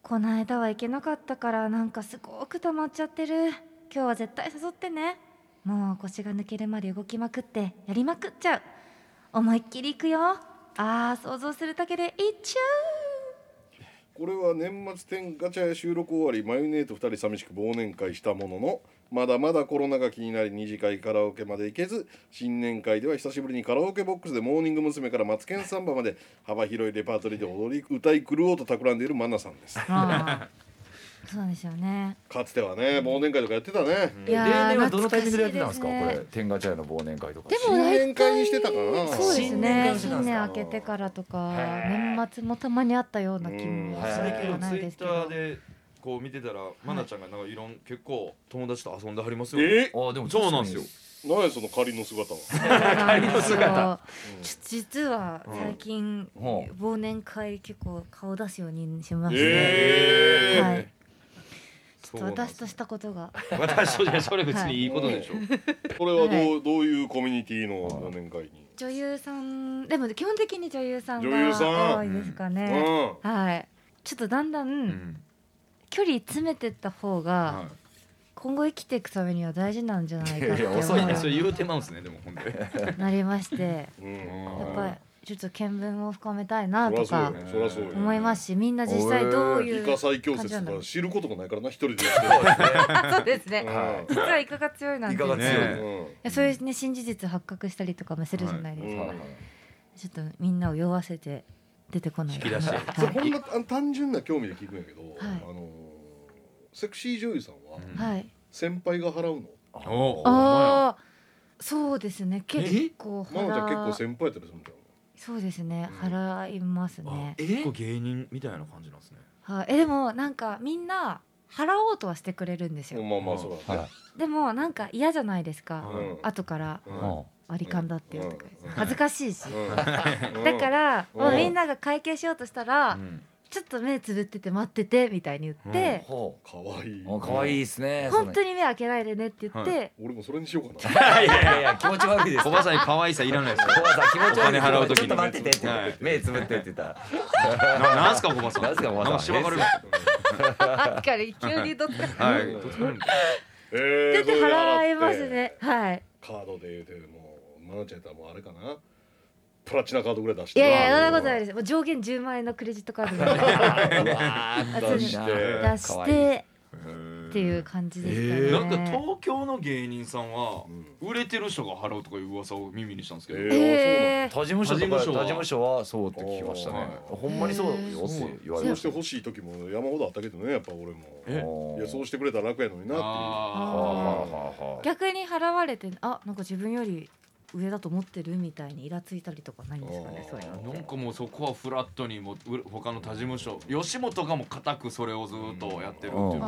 F: この間は行けなかったからなんかすごく溜まっちゃってる今日は絶対誘ってねもう腰が抜けるまで動きまくってやりまくっちゃう思いっきり行くよあー想像するだけでいっちゃ
A: これは年末天ガチャや収録終わりマヨネート2人寂しく忘年会したもののまだまだコロナが気になり二次会カラオケまで行けず新年会では久しぶりにカラオケボックスでモーニング娘。からマツケンサンバまで幅広いレパートリーで踊り歌い狂おうと企んでいるマナさんです
D: あ
F: うそうですよね
A: かつてはね忘年会とかやってたね、
D: ーいや
B: 例
D: ー
B: 年はどのタイミングでやってたんですか
F: 懐
B: こ
F: かしい
B: れ天下茶屋の忘年会とか
D: でも
A: 新
D: 大体
A: 年会にしてたかな
D: そうです
B: 新年
D: ね
B: 会してた
D: 新
B: んです
D: 年
B: か
D: 明けてからとか
B: へー
D: 年末もたまにあったような気も
A: うん
D: しな
C: 最
D: く
C: 近の
D: はな
C: ツ
D: い
C: イ
D: で
C: ッ
D: す
C: タ
D: けど
C: ーでこう見てたら、まなちゃんがなんかいろん結構友達と遊んではりますよ。
A: え
B: あーでも
C: そうなんですよ。
A: 何やその仮の姿は
D: あの
B: 帰りの 姿
D: ちょ実は最近
B: ほう
D: 忘年会結構顔出すようにします
A: え
D: ね
A: ー
D: はいちょっ
C: そ
D: と
C: うなんで
D: 私
C: す
D: としたことが
C: 私といやそれ別にいいことでしょ。
A: これはどう,、
D: は
A: どういうコミュニティの忘年会に
D: 女優さんでも基本的に女優さん
A: 女優さん
D: が多いですか
A: う
D: ね
A: ん
D: はいちょっとだんだ
C: うんん
D: 距離詰めてった方
C: は
D: が今後生きていくためには大事なんじゃないかって
B: いやいや
C: い。そ
D: 思
C: う
D: い
C: やね、
D: に
C: それ言うてまうんすねでもほんで。
D: なりまして
A: うん
D: やっぱりちょっと見聞を深めたいなと
A: そらそう
D: か
A: よそらそうよ
D: 思いますしみんな実際どうい
A: イ
D: う
A: カ最強
D: 感じな
A: 説と
D: の
A: か
D: か
A: 知ることがないからな一人でやってる
D: そうですね
A: は
D: 実はイカが強いなん
B: イ
D: て
B: カが強い、
C: ね
A: うん
D: いやそういうね新事実発覚したりとかもするじゃないですか、
A: はい
D: ちょっとみんなを酔わせて出てこない引
C: き出して
A: それほんまあの単純な興味で聞くんやけど、あのーセクシー女優さんは
C: うん
D: はい
A: 先輩が払うの、
C: おお。
D: ああそうですね結構
A: ママちゃん結構
D: 払
A: 先輩やったりするんじゃん
D: そうですね
G: うん
D: 払いますね
C: え
G: 結構芸人みたいな感じなんですね
D: はいえでもなんかみんな払おうとはしてくれるんですよ
A: まあまあそうだね
B: は。
D: でもなんか嫌じゃないですか
A: うん
D: 後から
A: うん
B: も
D: 割り勘だって言ってくれる
A: うん
D: 恥ずかしいし
A: うん
D: だから
A: うん
D: もうみんなが会計しようとしたら
G: ん
D: ちょっと目つぶってて待っててみたいに言って
B: うほ
A: 可愛いう
B: 可愛いですね
D: 「本当
B: に
D: に目開けないでね」って言って
A: 俺もそれにしようか
B: いやいやいや気持ち悪いです
C: 小林さんに可愛さいらないですよ
B: 小林さん気持ち悪い
C: お金払う時に
B: ちょっと待っててって
C: はい
B: 目つぶってって言ったら
C: ななんすか小林さん
B: なんすか小林さん
C: なんしばかれる
D: あっかり急にとって
C: は
A: う
C: い
G: ど
A: ん
G: っちなんだ
A: な。え
D: 出
A: え
D: て払いますね。はい
A: カードで言うてもうマナちゃんやったらもうあれかな。プラチナカードぐらい出し
D: い
A: て。
D: やいやそんなことないですもう上限10万円のクレジットカードで
A: 出して。
D: 出
B: 可
D: し
B: 愛い
D: てっていう感じですかね、
C: なんか東京の芸人さんは
A: ん
C: 売れてる人が払うとかいう噂を耳にしたんですけど、
A: え
D: えー
B: 他事務所と
C: 他
B: か
C: 事
B: 他
C: 務所は
B: 事務所はそうって聞きましたね
A: お
B: ほんまにそうよって言われ
A: そう
B: ま
A: して
B: し
A: ほしい時も山ほどあったけどねやっぱ俺も。
B: た
A: いやそうしてくれたら楽やのになっ
D: ー
C: あ
B: はあはあはあ
D: 逆に払われてあなんか自分より上だと思ってるみたいにイラついたりとかないんですかね
A: あー
D: そういうの
C: ーなんかもうそこはフラットにもうう他の他事務所吉本がもう固くそれをずっとやってるっていうので
B: うん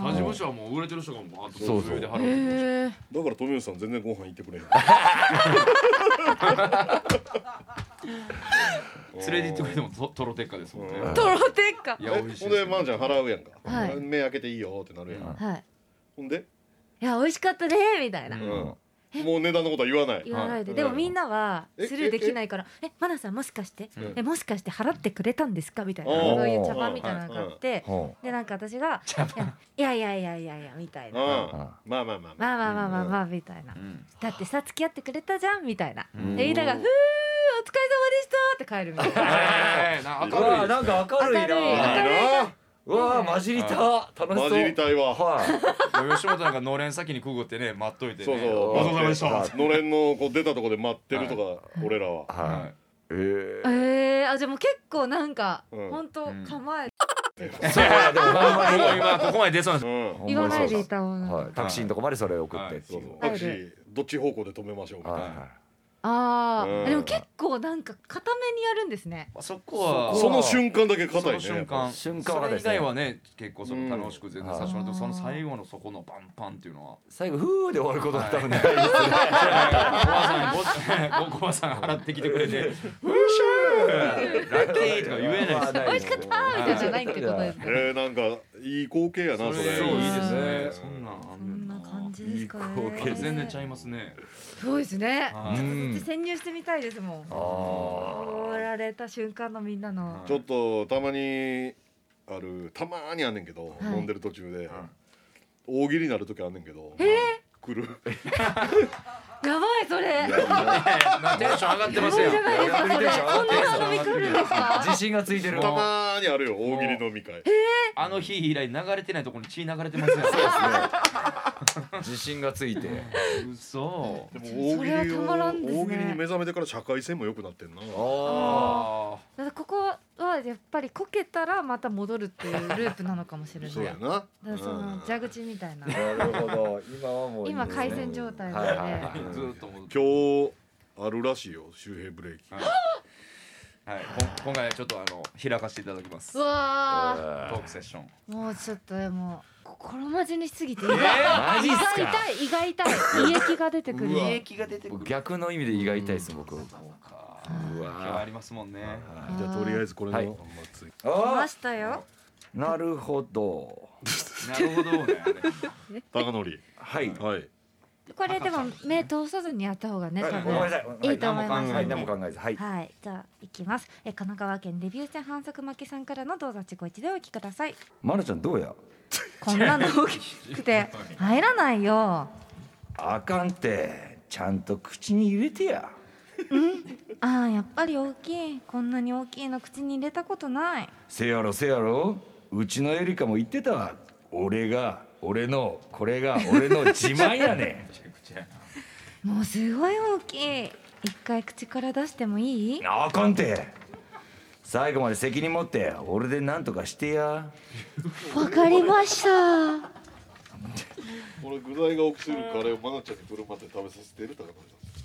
C: 他事務所はもう売れてる人がもうバーッと
B: そうそう
C: 上で払うっていう
A: ていう。だから富吉さん全然ご飯行ってくれへん。
C: 連れて行ってくれてもとトロテッカですもんね
A: うん
D: トロテッカ
C: い
A: え
C: や美味しい
A: ほんでマナちゃん払うやんか。
D: はい
A: 目開けていいよってなるやん。
D: はい
A: ほんで。
D: いや美味しかったねみたいな、
A: うんんもう値段のことは言わない。
D: 言わないで、
A: はい
D: でもみんなは
A: え
D: スルーできないから「えマナさんもしかして、
A: うん
D: えもしかして払ってくれたんですか?」みたいな
A: おー
D: そういう茶番みたいなのがあって、
B: ほ
D: でなんか私が「いやいやいやいやいや」みたい
A: うん。
D: な
A: まあまあまあま
D: 「まあまあまあまあまあ」みたいな
C: うん
D: 「だってさ付き合ってくれたじゃん」みたいな。
B: うん
D: でみんなが「ふーお疲れ様でした」って帰るみたいな。
C: えーな
B: う
C: 明
B: うわ
C: る
B: あ
C: い
B: なんか明るい
D: 明る
B: な
D: い明るい
A: な
B: うわあ混じりた楽しそう
A: 混じりたいわ。
B: は
C: もう吉本なんかのれん先にくぐってね待っといてね
A: そうそう。
B: お疲れ様で
A: した。のれんのこう出たとこで待ってるとか、俺らは。
B: いはいえー
D: えー、あじゃあもう結構なんか、
A: うん
D: ほんと
C: うん
D: 構えて
B: そうやでもほんまに
C: もう今ここまで出そうなんで
A: うん。
D: 言わないでい
B: は
D: たもの、
B: いタクシーのとこまでそれ送ってってい
A: そう
B: う
A: そう。
D: 帰
A: タ
D: る
A: クシーどっち方向で止めましょうみたい
B: はい
A: な。
B: は
D: あー、
A: うん
D: でも結構なんか固めにやるんですね
C: すそこは
A: その瞬間だけ
C: そ
A: 硬い
C: の
A: ね。
C: 瞬間
B: 瞬間は
C: そ
B: で
C: れ以
B: すね
C: 外はね結構その楽しく全然させてもらって
D: うん
C: その最後のそこのパンパンっていうのは
B: 最後ふーで終わることが多分ない
C: おばさんごごばさん払ってきてくれて「うしゅーラッキー!」とか言えないで
B: 美
D: 味しかったみたいなじゃないってことですね
A: えー、なんかいい光景やなそれ。
C: す
B: そういいですね
C: そんなんあ
D: そん
C: んね
D: なん感じですかね
B: いい光景
C: 全然ちゃいますね
D: すごいですね
C: はい
B: うん
D: 潜入してみたいですもんおられた瞬間のみんなの
A: ちょっとたまにあるたまーにあんねんけど、
D: い
A: 飲んでる途中で、大喜利になる時あんねんけど。来る。
D: やばいそれ
A: いやいや
C: なんかテンション上がってます
D: そ
C: よ
D: うじゃないですかそれこんな番組来るんですか
B: 自信がついてる
A: たまーにあるよ大喜利飲み会。
C: あの日以来流れてないところに血流れてますよ
B: 自信がついて
C: 嘘
A: でも
D: それ
A: 大
D: は
A: 喜利
D: た
A: を
D: まらんですね
A: 大喜利に目覚めてから社会性も良くなってんな。
B: あ
C: あ
D: だからここはやっぱりこけたらまた戻るっていうループなのかもしれない
A: そうやな。
D: だからその
A: うん
D: 蛇口みたいな
B: あなるほど今はもういいですね
D: 今回線状態な
B: はいはい
D: の
B: は
D: で
B: い
C: ーずーっと戻って
A: 今日あるらしいよ周平ブレーキ
C: はいこん今回ちょっとあの開かせていただきます
D: う
C: ト
D: わ
C: ークセッション
D: ーもうちょっとでも心待ちにしすぎて胃が
B: マジっすか
D: 痛い胃が痛い胃液が出てくる
C: 胃液が出てくる
B: 逆の意味で胃が痛いです僕
C: そうか今日ありますもんね
D: あー
A: じゃあとりあえずこれの、
B: はい
A: あんまつい
D: 来ま
B: あ
D: したよ
B: なるほど
C: なるほどね
A: 高典
B: はい
A: はい
D: これでも目通さずにやった方がね多分
B: さ
D: いいと思います
B: はい何も考えずはい
D: はい、じゃあ行きます。え神奈川県デビュー戦反則負けさんからのどうぞちご一でお聞きく ださい。
B: まるちゃんどうや
D: こんなの大き くて入らないよ。
B: あかんってちゃんと口に入れてや
D: ああ、やっぱり大きい。こんなに大きいの口に入れたことない。
B: せやろせやろうちのエリカも言ってたわ俺が俺のこれが俺の自慢やね
D: もうすごい大きい。一回口から出しても いい
B: ん？あかんて最後まで責任持って俺で何とかしてや
D: わかりました。
A: 俺具材が多くすぎるカレーをマナちゃんに振る舞って食べさせてる高野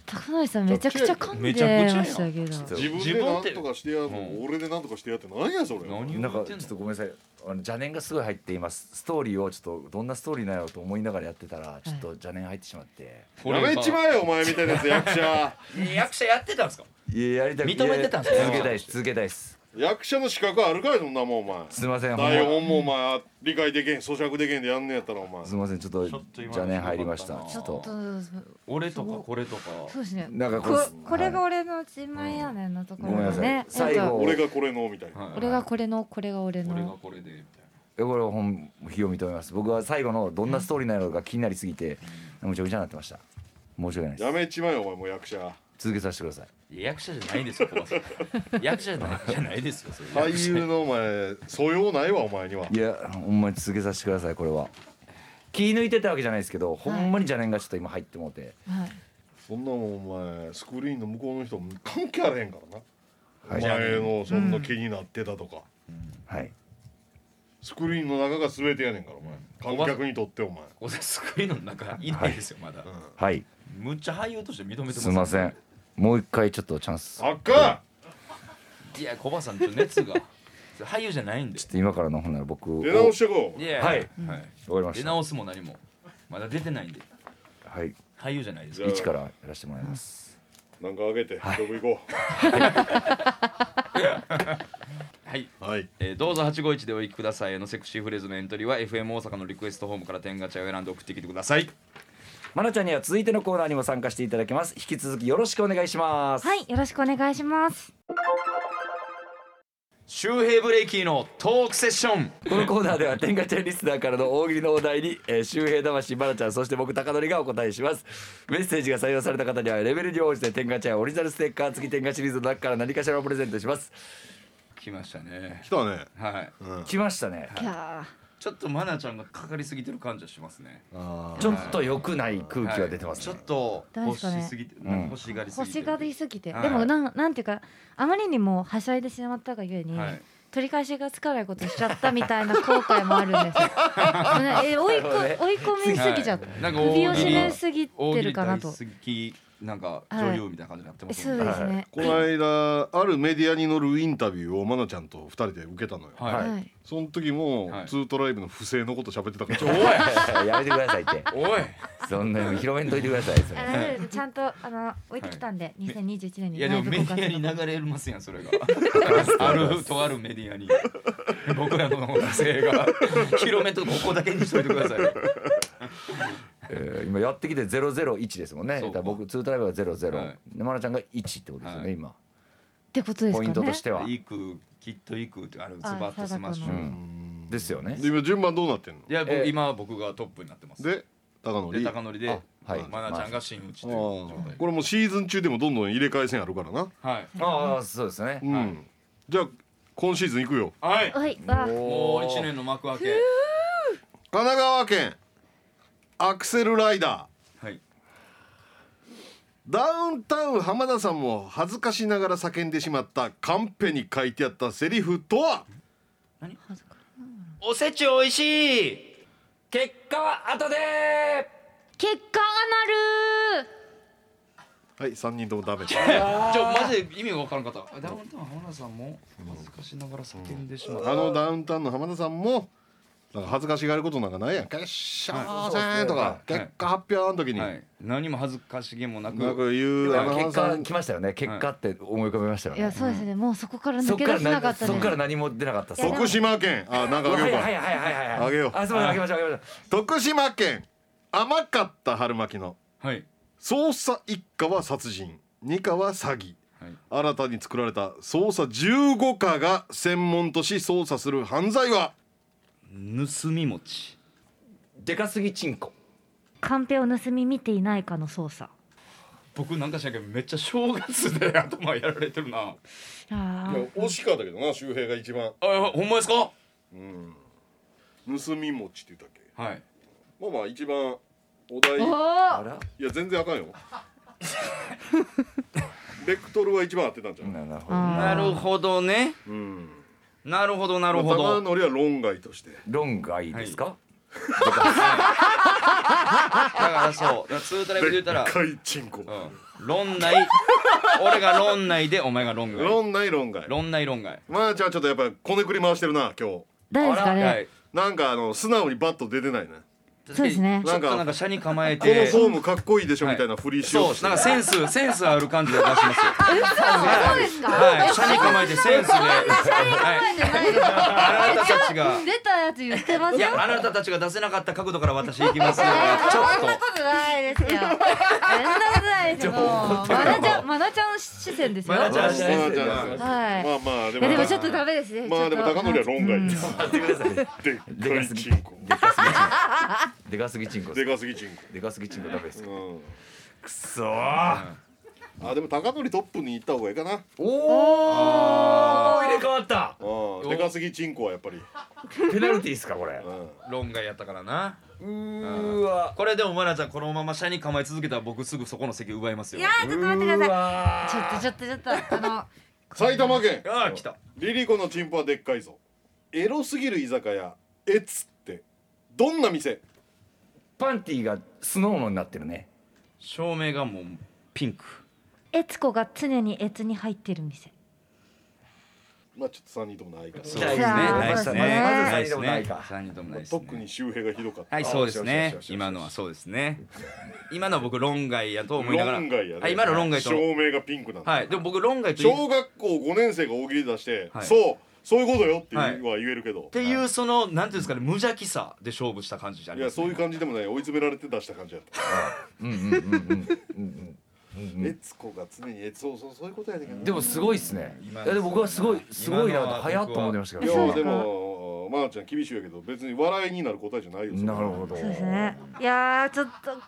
D: 高梨さんめちゃくちゃ噛んでましたけど
A: さん自分でなんとかしてやるの俺でなんとかしてやって何やそれ
E: 何
B: なんかちょっとごめんなさいあの邪念がすごい入っていますストーリーをちょっとどんなストーリーなのと思いながらやってたらちょっと邪念入ってしまって、
A: やめちまえよお前みたいなやつ役者
C: 役者やってたんですか
B: い、ややりたく
C: 認めてたんです
B: い
C: ね
B: や続けたいです続けたいです
A: 役者の資格あるかいそんなもんお前
B: すいませんほんま
A: 台本もお前理解できへん咀嚼できへんでやんねやったらお前
B: すいませんちょっと
E: ちょっと今の
B: 邪念入りました
E: ひ
B: ち
D: ち
B: ょ
D: ょ
B: っ
D: っと
B: と
E: 俺とかこれとか
D: そうですね
B: なんか
H: ここれが
B: はい
H: 俺の自前やねんのとこ
B: ごめん
H: ろ
B: な
H: で
B: さい
H: ね
B: 最後
A: 俺がこれのみたいな
E: はい
D: 俺がこれのこれが俺
E: 俺が
D: の
E: これでみたいな
B: えこれは本非を認めます僕は最後のどんなストーリーなのか気になりすぎてむちゃくちゃになってました申し訳ないです
A: やめちまえよお前もう役者
B: 続けさせてください
C: いや役者じゃないですよ小林さん役者じゃないじゃないですよそれ
A: 俳優のお前素養ないわお前にはい
B: やほんまに続けさせてくださいこれは気抜いてたわけじゃないですけど、ほんまに邪念がちょっと今入ってもうて
D: はい
A: そんなもんお前スクリーンの向こうの人関係あれへんからな、
B: はい
A: お前のそんな気になってたとか、
B: はい
A: スクリーンの中が全てやねんからお前観客にとってお前
C: 小林さん救いの中いないですよまだ
B: はい
C: むっちゃ俳優として認めてます
B: すいませんもう一回ちょっとチャンスちょっ
A: 作家
C: いや小林さんちょっと熱がそれ俳優じゃないんで
B: と今からのほんなら僕を
A: 出直してこ
C: いうや
B: はい
C: はい
B: わかりま
C: 出
B: した
C: 直すも何もまだ出てないんで
B: はい
C: 俳優じゃないです
A: じゃあ
B: 一からやらせてもらいます
A: なんかあげて曲行こ
C: はい、
A: うはい
C: えーどうぞ851でお聞きくださいのセクシーフレーズのエントリーは FM 大阪のリクエストホームから点ガチャを選んで送ってきてください
B: まなちゃんには続いてのコーナーにも参加していただきます引き続きよろしくお願いします
H: はいよろしくお願いします
C: 周平ブレイキーのトークセッション
B: このコーナーでは天下ちゃんリスナーからの大喜利のお題に、えー周平魂まなちゃんそして僕高典がお答えしますメッセージが採用された方にはレベルに応じて天下ちゃんオリジナルステッカー付き天下シリーズの中から何かしらをプレゼントします
C: 来ましたね
A: 来たね
C: はい
B: 来ましたね
D: いや
C: ちょっとマナちゃんがかかりすぎてる感じはしますね
A: あ
B: ちょっと良くない空気が出てますね、
C: はいちょっと
D: どうで
C: 欲
D: すかね
C: しすぎて、
B: ん
C: 欲しがりすぎて
D: 星が出すぎて
C: はい
D: でもなんなんていうかあまりにもはしゃいでしまったがゆえに
C: はい
D: 取り返しがつかないことしちゃったみたいな後悔もあるんで すよえ追い
B: なるほどね
D: 込追い込みすぎちゃっ
C: は
D: た
C: いなんか
D: 首を
C: 大喜
D: 絞
C: 利
D: めすぎてるかなと
C: 大喜利大好きなんか
D: は
C: 女
D: い
C: 優みたいな感じになってま
D: え
C: す
D: そ
C: も
D: うんで
C: ね
D: すね
A: この間あるメディアに載るインタビューをマナちゃんと二人で受けたのよ、
C: はい、
B: は
D: はい
A: その時も、
C: はい
A: ツートライブの不正のこと喋ってたから
B: やめてください って
C: おい
B: そんなに広めんといてください それ
H: あ大丈夫ですちゃんとあの置いてきたんで2021年に
C: いやでもメディアに流れますやんそれがあるとあるメディアに僕らの女性 が広めとここだけにしといてください
B: えー今やってきてゼロゼロ一ですもんね。だ
C: そう
B: から僕ツートライブはゼロゼロ
C: はい、
B: でマナちゃんが一ってことですよね、
C: はい
B: 今。
D: ってことです
B: ポイン
D: か
B: ト
D: ね
B: としては、
C: いくきっといくってあるズ
D: あ
C: バッとスマッシュ、
D: 貞子
B: う
D: の
B: ん、ですよね
A: で。今順番どうなってんの
C: いや、僕
B: えー
C: 今僕がトップになってますで
A: で高野
C: 高典で
B: あはい
C: マナちゃんが真打ちという
A: あ
C: 状
A: あこれもうシーズン中でもどんどん入れ替え戦あるからな、
C: 態はい
B: ああそうですね
A: う。んじゃあ今シーズン行くよ
C: はい
D: はいわあ
C: もう一年の幕開け
A: 神奈川県アクセルライダー
C: はい
A: ダウンタウン浜田さんも恥ずかしながら叫んでしまったカンペに書いてあったセリフとは
C: おせちおいしい
B: 結果は後で
D: 結果がなる
A: はい3人ともダメ
C: ちょマジで意味が分からんかったダウンタウン浜田さんも恥ずかしながら叫んでしまった、
A: あのダウンタウンの浜田さんもなんか恥ずかしがることなんかないやん決勝戦とか
C: はい
A: 結果発表の時に、
C: はい、何も恥ずかしげもなく
A: なんか言うあの浜
B: 結
A: 田さ
B: 果
A: ん
B: 来ましたよね。結果って思い浮かべましたよ
D: いや
B: ね。
D: そうですね、もうそこから
B: そ
D: 抜
B: っ
D: け
B: か
D: 出
B: ら
D: せなか
B: な
D: った
B: そっ
D: ね
B: から何も出なかったです。
A: 徳島県あなんかあ
B: は
A: げよう
B: い
A: か、
B: はいはいはいはいはい。
A: あげよう
B: あそうだあげましょうあげましょう。
A: 徳島県甘かった春巻きの
C: はい
A: 捜査一課は殺人二課は詐欺
C: はい
A: 新たに作られた捜査15課が専門とし捜査する犯罪は
C: 盗み餅
B: でかすぎチンコ。
D: カンペを盗み見ていないかの操作
C: 僕なんかしなきゃめっちゃ正月で頭やられてるな
D: あー
A: 惜しかったけどな周平が一番
C: あほんまですか
A: 盗み持ちって言ったっけ
C: はい
A: まあまあ一番お題
B: あら。
A: いや全然あかんよベクトルは一番合ってたんじゃん、
B: なるほど。
D: あ
C: なるほどね
A: うん、
C: なるほどなる
A: まあ
C: ほ
A: 高
C: ど
A: 典は論外として
B: 論外ですか。
C: からそうだからツータライブで言ったら
A: でっかいチンコ
C: うん論内俺が論内でお前が論外
A: 論外論外
C: 論内論外
A: まあちゃんちょっとやっぱこねくり回してるな今日
D: 誰ですか
C: あらはい
D: ね。
A: なんかあの素直にバッと出てないね
D: そうですね
C: ちょっとなんか車に構え
A: この
C: て
A: フォームかっこいいでしょみたいな振りしよ
C: そうう
A: として
C: なん
A: る
C: かセンスセンスある感じで出しますよ
D: そうですか。
C: はい車に構えてセンスではい
D: じゃないですか
C: あなたたちが
D: 出たやつ言ってます
C: い
D: よ。
C: やあなたたちが出せなかった角度から私行きますよちょっ
D: そんなことないですよ。そんなことないですよ。もうマナちゃんマナちゃん視線です
C: と
D: よ。
C: マ
D: は
C: ナちゃん
A: 視
C: じゃ
A: 線
D: い。
C: ないですよ
A: マナち
D: い
A: まあまあでも
D: やでもちょっとダメですね。。
A: まあでも高典は論外ですす
B: 待ってください。
A: でっかいチンコ
B: でかすぎチンコ。でかすぎチンコで。
A: ですかすぎチン
B: でかすぎチンコダメですか。
A: コ
B: くそー。
A: うんあでも高典トップに行った方がいいかな
B: おお。入れ替わった。
A: うんでかすぎチンコはやっぱり
B: ペナルティーですかこれ
A: う。ん
C: 論外やったからな
B: うーわ。
C: これでもマナちゃんこのまま車に構え続けたら僕すぐそこの席奪いますよ
I: いやーちょっと待ってください
B: さ
D: ちょっとちょっとちょっとあ の
A: 埼玉県
C: ああ来た
A: リリコのチンポはでっかいぞエロすぎる居酒屋えつってどんな店
B: パンティーがスノーのになってるね。
C: 照明がもうピンク
D: エツコが常にエツに入ってる店。
A: まあちょっと3人ともないから
C: そう
B: う
C: ですねないですね
B: ないですね
C: ないですね三人ともないですね
A: 特に周平がひどかった
C: はい、そうですね。今のは
A: そ
C: そうですね。今のは僕論外やと思いながら。
A: 論外やね
C: はい、今の論外と。
A: 照明がピンクなんだ
C: はい、でも僕論外と言う。っ
A: 小学校5年生が大喜利出して、
C: はい
A: そうそういうことよっていう
C: は
A: はい言えるけど、
C: ていうその、なんていうんですかね、無邪気さで勝負した感じじゃあ
A: い
C: りま
A: や
C: す、
A: そう
C: ね。
A: いう感じでもない追い詰められて出した感じやった
B: うんうんうんうんうんうんう
A: エ
B: ん。
A: ツコが常にえそうそうそういうことやねんけど
B: でもすごいですね。いやでも僕はすごいすごいなと早っと思ってましたけ
A: い
B: ど。
A: やでもまー、ちゃん厳しいやけど別に笑いになる答えじゃないよそれ
B: なるほど。
D: そうですね。いやーちょっとうわ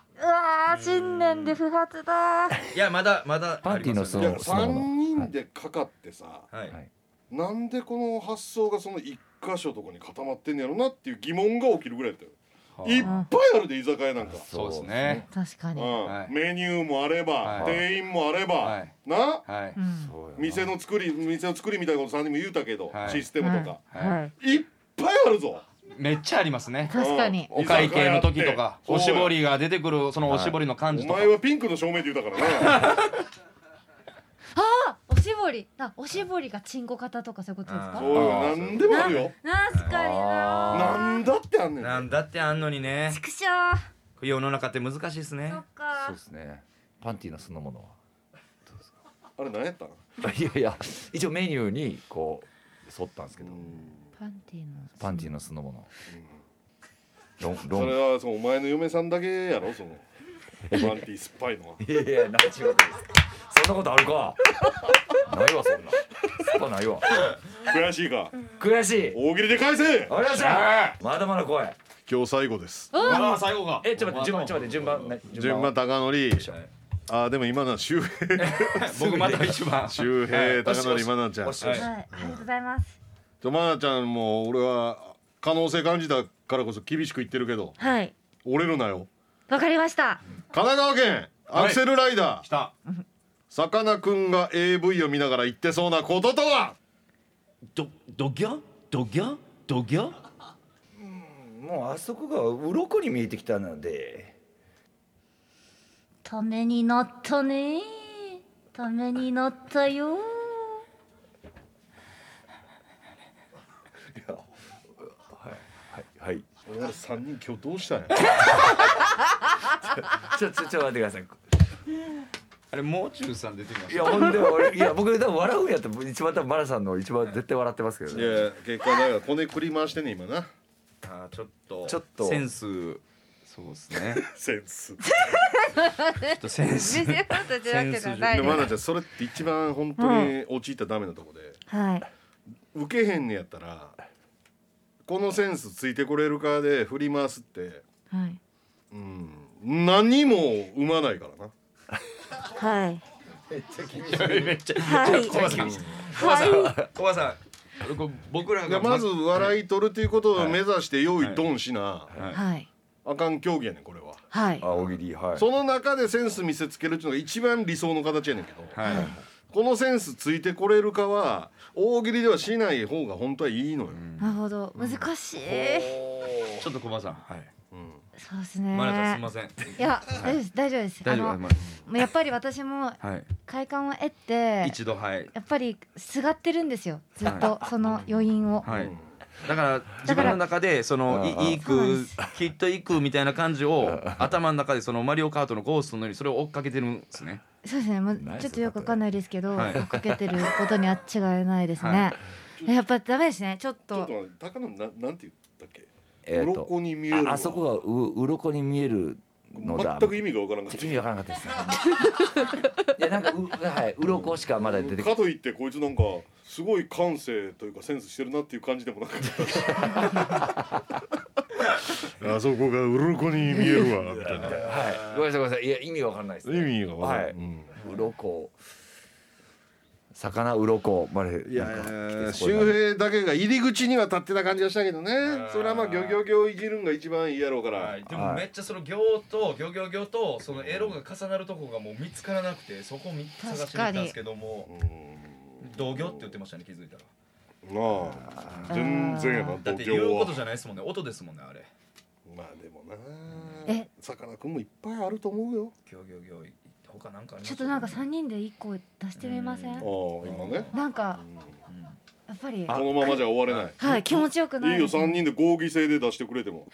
D: ー新年で不発だ。
C: いや、まだ、まだ。
B: パンティのそ
A: い
B: の
A: や
B: その
A: 3人でかかってさ、
C: はい。
B: はい
A: なんでこの発想がその一箇所とかに固まってんねやろなっていう疑問が起きるぐらいだったよ、いっぱいあるで居酒屋なんか、
C: そうですね。
D: 確か
A: うん
D: に。
C: はい
A: メニューもあれば、
C: はい
A: 店員もあれば、
C: はい
A: な
C: はい。
D: うん
A: 店の作り店の作りみたいなこと3人も言うたけど、
C: はい
A: システムとか、
C: はい
D: はい。
A: い、っぱいあるぞ
C: めっちゃありますね。
D: 確かに。
C: お会計の時とか、
A: 居
C: お
A: 酒
C: し
A: 屋って
C: ぼりが出てくる、そのおしぼりの感
A: お
C: じとか。
A: 前はピンクの照明って言うたから な
D: あおしぼり。なおしぼりがチンコ型とかそういうことです
C: あ
D: か
A: お。いなんでもあるよ
I: 確かにな
A: なんだってあんねん
C: なんだってあんのにね。
I: くしょー
C: 世の中って難しいですね
I: そ。っか
B: そうですね。パンティのそのものは。
A: あれ何やったん
B: いやいや一応メニューにこう沿ったんですけど、
D: パンティの。
B: パンティのそのもの、ロンロ
A: それ
B: ン
A: はそのお前の嫁さんだけやろそのパンティー酸っぱいのはい
B: やいや何ちゅうことですかそんなことあるか ないわそんなそっぱないわ
A: 悔しいか
B: 悔しい
A: 大喜利で返せ
B: ありがとうございましたまだまだ怖い
A: 今日最後です
C: ああ、最後か。
B: えちょっと待って順番ちょっと待って順番ね
A: 順番高典あーでも今のは周平
C: 僕まだ一番。
A: 周平高典真奈ちゃん
B: おしおし
C: は
I: はいありがとうございます
A: ちょ真奈ちゃんも俺は可能性感じたからこそ厳しく言ってるけど
D: はい。
A: 折れるなよ
D: わかりました。
A: 神奈川県
C: はい
A: アクセルライダー
C: 来た。
A: さかなクンが AV を見ながら言ってそうなこととは
C: ど、どぎゃ、どぎゃ、どぎゃ。
B: もうあそこが鱗に見えてきたので
D: ためになったね。ためになったよ。
B: はい
A: 俺ら3人今日どうしたんや
B: ちょちょちょっと待ってください
C: あれ、もう中さん出てきま
B: い
C: し
B: やほんで俺いや僕多分笑うんやったら一番多分マラさんの一番絶対笑ってますけど
A: い
B: ね
A: や結果だからこねくり回してんね今な
C: た。あー、ちょっと。
B: ちょっと
C: センス。そうで すね。
A: センス
C: ちょっとセンス
I: 見。せることじゃなくてはない
A: で
I: で
A: も
I: す
A: なちゃんそれって一番本当に陥ったらダメなとこで、
D: はい。
A: 受けへんねやったらこのセンスついてこれるかで振り回すって
D: はい。
A: うん何も生まないからな
D: はい。
C: めっちゃ。
D: はい。
C: コバさん。コバさん。コバさん。こう僕ら
A: いや
C: が。
A: まず笑い取るということを目指して用意ドンしな、
D: はい。
A: あかん競技やねんこれは、
D: はい。
B: あ大喜利はい
A: その中でセンス見せつけるっていうのが一番理想の形やねんけど、
C: はい。
A: このセンスついてこれるかは大喜利ではしない方が本当はいいのよ、
D: なるほど。難しい。
C: ちょっとコバさん。はい。
D: そうですね。
C: マナちゃんすみません。
D: いや、大丈夫です、大丈夫です。
J: 大丈夫
D: あ
J: はい
D: の
J: ま
D: もうやっぱり私も
J: あはい
D: 快感を得て、
C: 一度はい。
D: やっぱりすがってるんですよ。ずっとその余韻を。
J: はいだから自
D: だか
J: 分
D: ら
J: の中でその
B: うんうん
J: いいい
D: そうなん
J: く
D: で
J: きっといくみたいな感じを頭の中でそのマリオカートのゴーストのようにそれを追っかけてるんですね。
D: そうですね。もう
B: ナイス
D: ちょっとよくわかんないですけど、
J: はい
D: 追っかけてることには違いないですね。やっぱダメですね。ちょっ
A: ちょっ
D: と
A: と。待って高野ななんて言ったっけ
B: えーと
A: 鱗に見えるわ
B: ああそこがう鱗に見えるのだ
A: 全く意味がわからなかっ
B: ちょっと意味わからなかったですね いやなんかうはい鱗しかまだ出て
A: た
B: こ
A: かといってこいつなんかすごい感性というかセンスしてるなっていう感じでもな かったあそこが鱗に見えるわみたいな
B: はいごめんなさいごめんなさいいや意味わかんないですね
A: 意味がわから
B: はい
A: うん
B: 鱗魚鱗まで
A: いや
B: なんか
A: いや
B: 来てそう
A: 周
B: な
A: 平だけが入り口には立ってた感じがしたけどねそれはまあ漁業業いじるんが一番いいやろうから、
C: はい、でも
B: はい
C: めっちゃその行と行行行とそのエロが重なるとこがもう見つからなくてそこを見探しに行ったんですけども同行って言ってましたね気づいたら
A: なあ全然やな
C: だ
A: 度
C: って言う
A: 胸
C: こ
A: は
C: とじゃないですもんね音ですもんねあれ
A: まあでもな
D: え
A: さかなクンもいっぱいあると思うよ
C: 行行行他なんかあります
D: ちょっとなんか三人で一個出してみませ
A: ああ
D: ん。
A: 今ね
D: なんかやっぱり
A: このままじゃ終われない
D: はい気持ちよくない
A: いいよ
D: ですね
A: 3人で合議制で出してくれても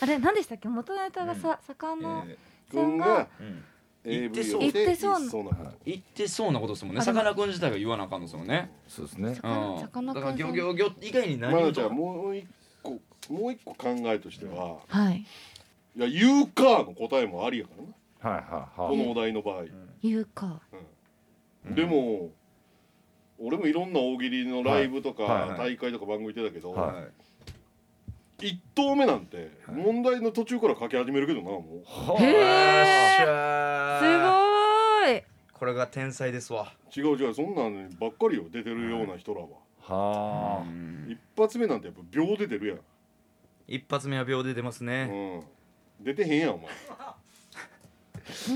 D: あれ何でしたっけ元ネタがさ坂の
C: え
A: くん
D: さんが
A: が
C: ーうん
J: 言って
A: AV
J: そ
A: を
J: う
A: して
D: 言ってそうな
A: 言いそうなこと
J: 言ってそうなことですもんね。
D: あで
J: さ
D: も
J: かなクン自体が言わなあかんのですもんね。
B: そうですね
D: 魚
J: うん
D: 魚
J: だから
D: くんさ
J: 行
D: ん
J: 行行以外に何
A: まな
J: も
A: ちゃんもう一個もう一個考えとしては
D: はい
A: いや言うかの答えもありやからな
B: はいはいは
A: こ
B: い
A: のお題の場合
D: 言うか
A: でも俺もいろんな大喜利のライブと
B: はいはい
A: か
B: は
A: 大会とか番組行ってたけど
B: はい
A: 一投目なんて問題の途中から書き始めるけどなもう
B: はあ
D: へ
C: す
D: ーすごーい
C: ごこれが天才ですわ
A: 違う違うそんなんばっかりよ出てるような人らは
B: はあ
A: 一発目なんてやっぱ秒で出る
C: 一発目は秒で出ます
A: やん
C: ね、
A: うん出てへんやんお前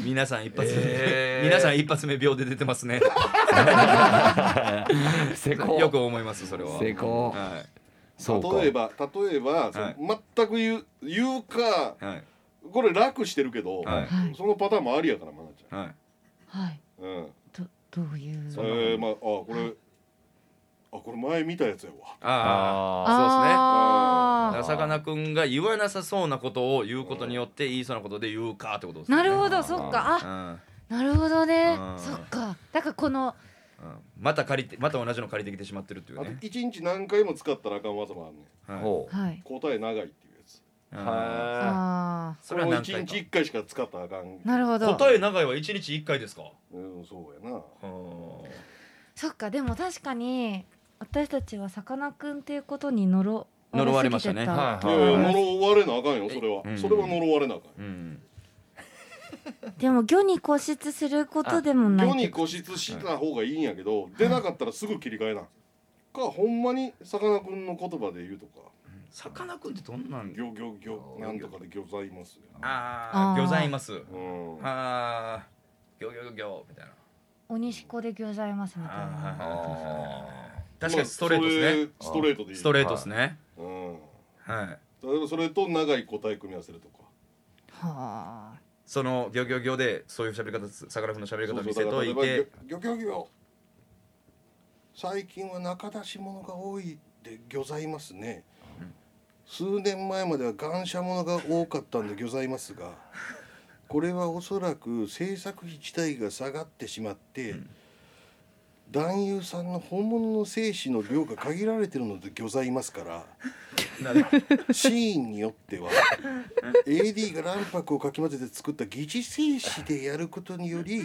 C: 皆さん一発目、皆さん一発目秒で出てますね
B: 成功
C: よく思いますそれは
B: 成功
C: は
B: そうか
A: 例えば例えば、その
C: はい
A: 全く言う言うか
C: いはい
A: これ楽してるけど、
C: はい
D: はい
A: そのパターンもありやからまなちゃ
C: はい
D: はい
A: ん、うん
D: どどういう
C: そんなもん
A: えー、まああこれあこれ前見たやつやわ
C: ああ
B: あ
C: そうですね
D: あ
C: だからさかなクンが言わなさそうなことを言うことによって言いそうなことで言うかってことです
D: ー
C: ね
D: なるほど
B: あ
D: そっかあ
C: うん
D: なるほどね
C: あー
D: そっかだからこの
C: うんまた借りてまた同じの借りてきてしまってるっていう
A: あと
C: ね
A: 一日何回も使ったらあかん技もあんねん
B: あ
C: はい
B: ほう
D: はい
A: 答え長いっていうやつ
C: うん
B: は
D: あ
C: そ
A: こ
C: れ
A: れ
C: は
A: を
C: 何
A: 一
C: 回か
A: 日一回しか使ったらあかん
D: ーなるほど
C: 答え長いは一日一回ですか
A: うんそうやな
C: う
D: そっかでも確かに私たちはさかなクンっていうことに呪
C: 呪わ
D: わ
C: れ
D: れ
C: ました
D: すぎ
C: ね
D: て
B: は
D: た
B: い
A: いや
B: はい
A: いや
B: はい
A: 呪われなあかんよそれは、
C: うん
A: それは呪われなあかんよ
C: ん
D: でも魚に固執することでもない
A: 世に固執した方がいいんやけど、出なかったらすぐ切り替えなかほんまにさかなクンの言葉で言うとか
C: さかなクンってどんな
A: 「
C: ん
A: ぎょぎょぎょなんとかでぎょざいますよ」
C: あ
D: あ
C: あ
D: ー
C: ございます
A: うん
C: ああぎょぎょぎょみたいな
D: 鬼しこで餃子ありますみたい
C: あ
D: な
C: ー
B: あ
C: 確かにストレートですね
A: まあそれストレートでいい
C: ストレートですね
A: うん
C: はい
A: 例えばそれと長い答え組み合わせるとか
D: は
C: そのぎょぎょぎょでそういう喋り方さかなクンの喋り方を見せ
A: だか
C: と
A: ら例
C: い
A: えば
C: て
A: 「ぎょぎょぎょぎょ」最近は中出し物が多いでぎょざいますね、数年前までは感謝物が多かったんでぎょざいますがこれはおそらく制作費自体が下がってしまって、男優さんの本物の精子の量が限られてるのでぎょざいますから
C: なるほど
A: シーンによっては AD が卵白をかき混ぜて作った疑似精子でやることにより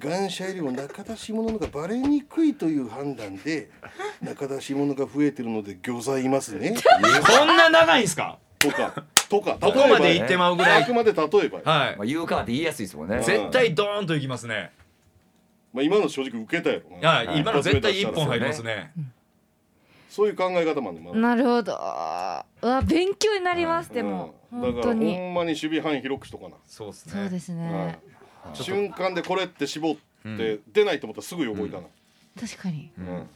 A: 願者よりも中出し物のがバレにくいという判断で中出し物が増えてるので魚ざいますね
C: こんな長いんすか
A: とかとか
C: どこまで
A: 例え
C: 行
A: ば
C: ってまうぐら
A: あ
C: い
A: くまで例えば、
C: はい
B: まあ言うかって言いやすいですもんね
A: ぜ
C: 絶対ドーンといきますね。
A: まあ、今の正直受けたやろな、
C: はい、今の絶対一本入りますね。
A: そういう考え方もあるね、ま
D: あ
A: だ
D: なるほどうわ勉強になりますでも
A: うん
D: 本
A: だか
D: 当
A: らほ
D: に
A: んまに守備範囲広くしとかな、
C: そうです
D: そうで
C: ね。
D: すね
A: うん瞬間でこれって絞って出ないと思ったらすぐ横行かな、
D: 確かに
A: うん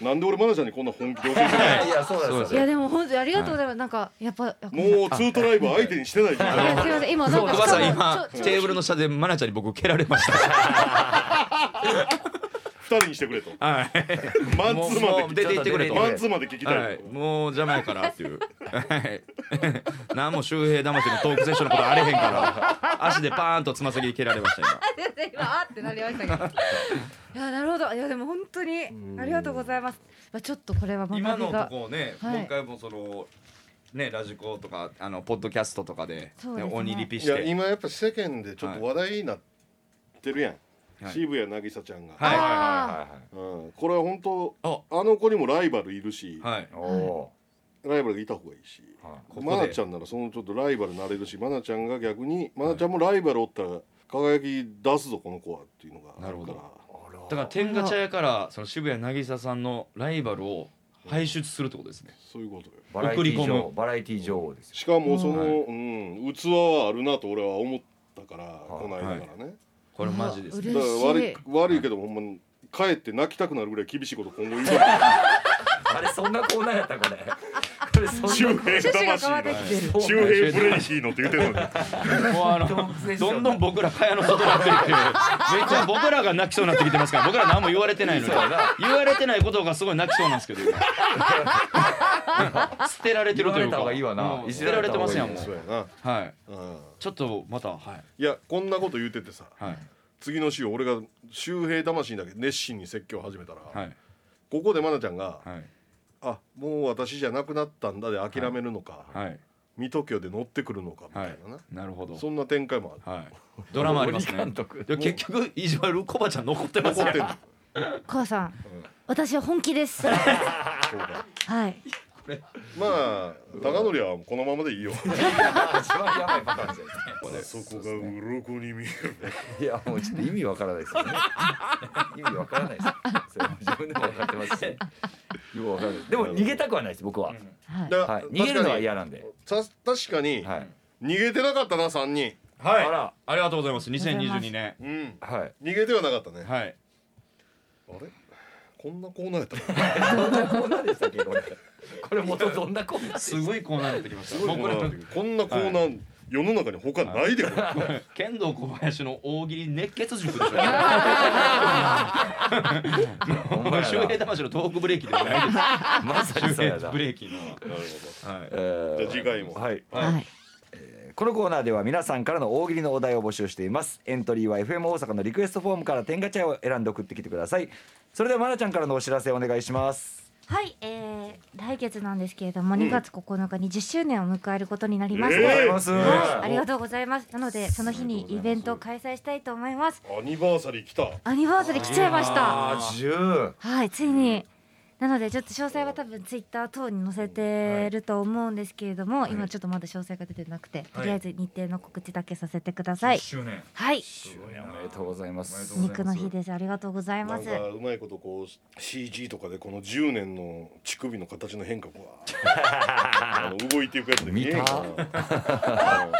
A: なんで俺マナちゃんにこんな本気で教えてない
B: いやそうなんです
D: い
B: よ
D: やでも本当にありがとうございます。なんかやっぱごめんなさい
A: もうツートライブ相手にしてない
D: いやすいません今なんか
C: おばさん
D: しかも
C: 今
D: ちょ
C: テーブルの下でマナちゃんに僕蹴られました
A: 二人にしてくれと
C: はい
A: マン
C: も
A: ツ
C: う
A: ーマ
C: も
A: ン
C: う
A: で
C: 出て行ってくれと
A: マンツーマンで聞きた
C: はいい
A: と、
C: もう邪魔やからっていうはい 何も周平魂のトークセッションのことあれへんから足でパーンとつま先で蹴られました今
D: 先生今あってなりましたけど。 いやなるほど。いやでも本当にありがとうございます。まあちょっとこれは学び
C: 今のと
D: が。
C: こをね、
D: はい
C: もう一回もそのねラジコとかあのポッドキャストとかで、
D: そう
C: ね
D: ですね
C: 鬼リピ
A: い
C: して
A: や今やっぱ世間でちょっと話題になってるやん、
C: はい
A: 渋谷渚ちゃんが、
C: はいはい
D: あ
A: うん、これは本当あの子にもライバルいるし、
C: はいはい
B: おお
A: ライバルがいた方がいいし
B: ーはい
C: ここで
A: マナちゃんならそのちょっとライバルになれるしマナちゃんが逆にマナちゃんもライバルおったら輝き出すぞこの子はっていうのがあ
C: なる
A: る
C: ほ
A: か
C: ど
A: ら
C: だから天下茶屋からその渋谷渚さんのライバルを排出するってことですね、
A: そういうことよ
B: バラエティ
C: 送り込
B: 女王
C: む
B: バラエティ女王ですよ
A: しかもその、
C: はい
A: うん、器はあるなと俺は思ったから、この間からね、
C: これマジですね
A: だから悪い
D: 嬉し
A: 悪いけどほんまに帰って泣きたくなるぐらい厳しいこと今後言う から
B: あれそんなコーナーやったこれ これそ
A: 周
B: んな
A: 平
D: 趣旨が変わ
A: 魂
D: って
A: の
D: きてる。
A: 周平ブレイヒーのって言ってるのに
C: もうあのどんどん僕ら蚊帳の外になってるっていうめっちゃ僕らが泣きそうになってきてますから僕ら何も言われてないのに
B: そうやな
C: 言われてないことがすごい泣きそうなんです けど今捨てられてるとい
B: 言われた
C: うか
B: 方がいいわな
C: もう捨てられてますやんも
A: そううやな、
C: はい
A: うん、
C: ちょっとまたはい
A: いやこんなこと言っててさ
C: はい
A: 次の週俺が周平魂だけ熱心に説教を始めたら、
C: はい
A: ここで愛菜ちゃんが
C: はい
A: 「あもう私じゃなくなったんだ」で諦めるのか
C: はい
A: 「水戸京で乗ってくるのか」みた
C: はい
A: なな、
C: なるほど
A: そんな展開もある
C: はいドラマあります
B: 森監
C: ね
B: 督
C: でも結局意地悪コバちゃん残ってます
A: 残
C: や
A: っ
C: ん
A: てんの
D: 母さん、私は本気です。
A: そうか
D: はい。
A: まあ高典はこのままでいいよ
B: 一番やばいパターンですよね
A: そこが鱗に見える
B: いやもうちょっと意味わからないですよね意味わからないですそれも自分でも分かってますしよくわからないでも逃げたくはないです僕は、
D: はい。
A: だ
B: はい、逃げるのは嫌なんで、
A: さ確かに、
B: はい、
A: 逃げてなかったな3人
C: はい
B: あら
C: ありがとうございます2022年
A: うん
B: はい
A: 逃げてはなかったね、
C: はい
A: あれこんなコーナーやったな
B: どんなコーナーでしたっけこれ これ元どんなコーナー
C: すごいコーナーになってきまし
A: す
C: た
A: ご
C: も
A: いうコ
C: こ
A: ーナー
C: れ
A: だけどこんなコーナー、世の中に他ないでこれ
C: 剣道小林の大喜利熱血塾でしょ。
B: ほんま
C: も
B: や
C: う
B: な
C: 周平魂のトークブレーキではないです。
B: まさに
C: 周
B: そうやな
C: 平ブレーキのは。
A: なる
C: はい
B: え。ー
A: じゃあ次回も
B: はい
D: はい。
B: このコーナーでは皆さんからの大喜利のお題を募集していますエントリーは FM 大阪のリクエストフォームから天下茶屋を選んで送ってきてくださいそれではまなちゃんからのお知らせお願いします
H: はい、えー、来月なんですけれども、2月9日に10周年を迎えることになります。
A: えー
B: ありがとうございます
H: はい、ありがとうございます。なので、その日にイベントを開催したいと思います。
A: ほどアニバーサリー来た
H: アニバーサリー来ちゃいました。
B: 10
H: はい、ついに。なので、ちょっと詳細は多分ツイッター等に載せてると思うんですけれども、今ちょっとまだ詳細が出てなくて、とりあえず日程の告知だけさせてください。
E: 周年
H: はい、
B: おめでとうございます
H: 肉の日です。ありがとうござい
A: な
H: ま
A: ん
H: す。
A: かうまいことこう CG とかでこの10年の乳首の形の変化がわーあ の動いていくやつで見えへんかな
C: なん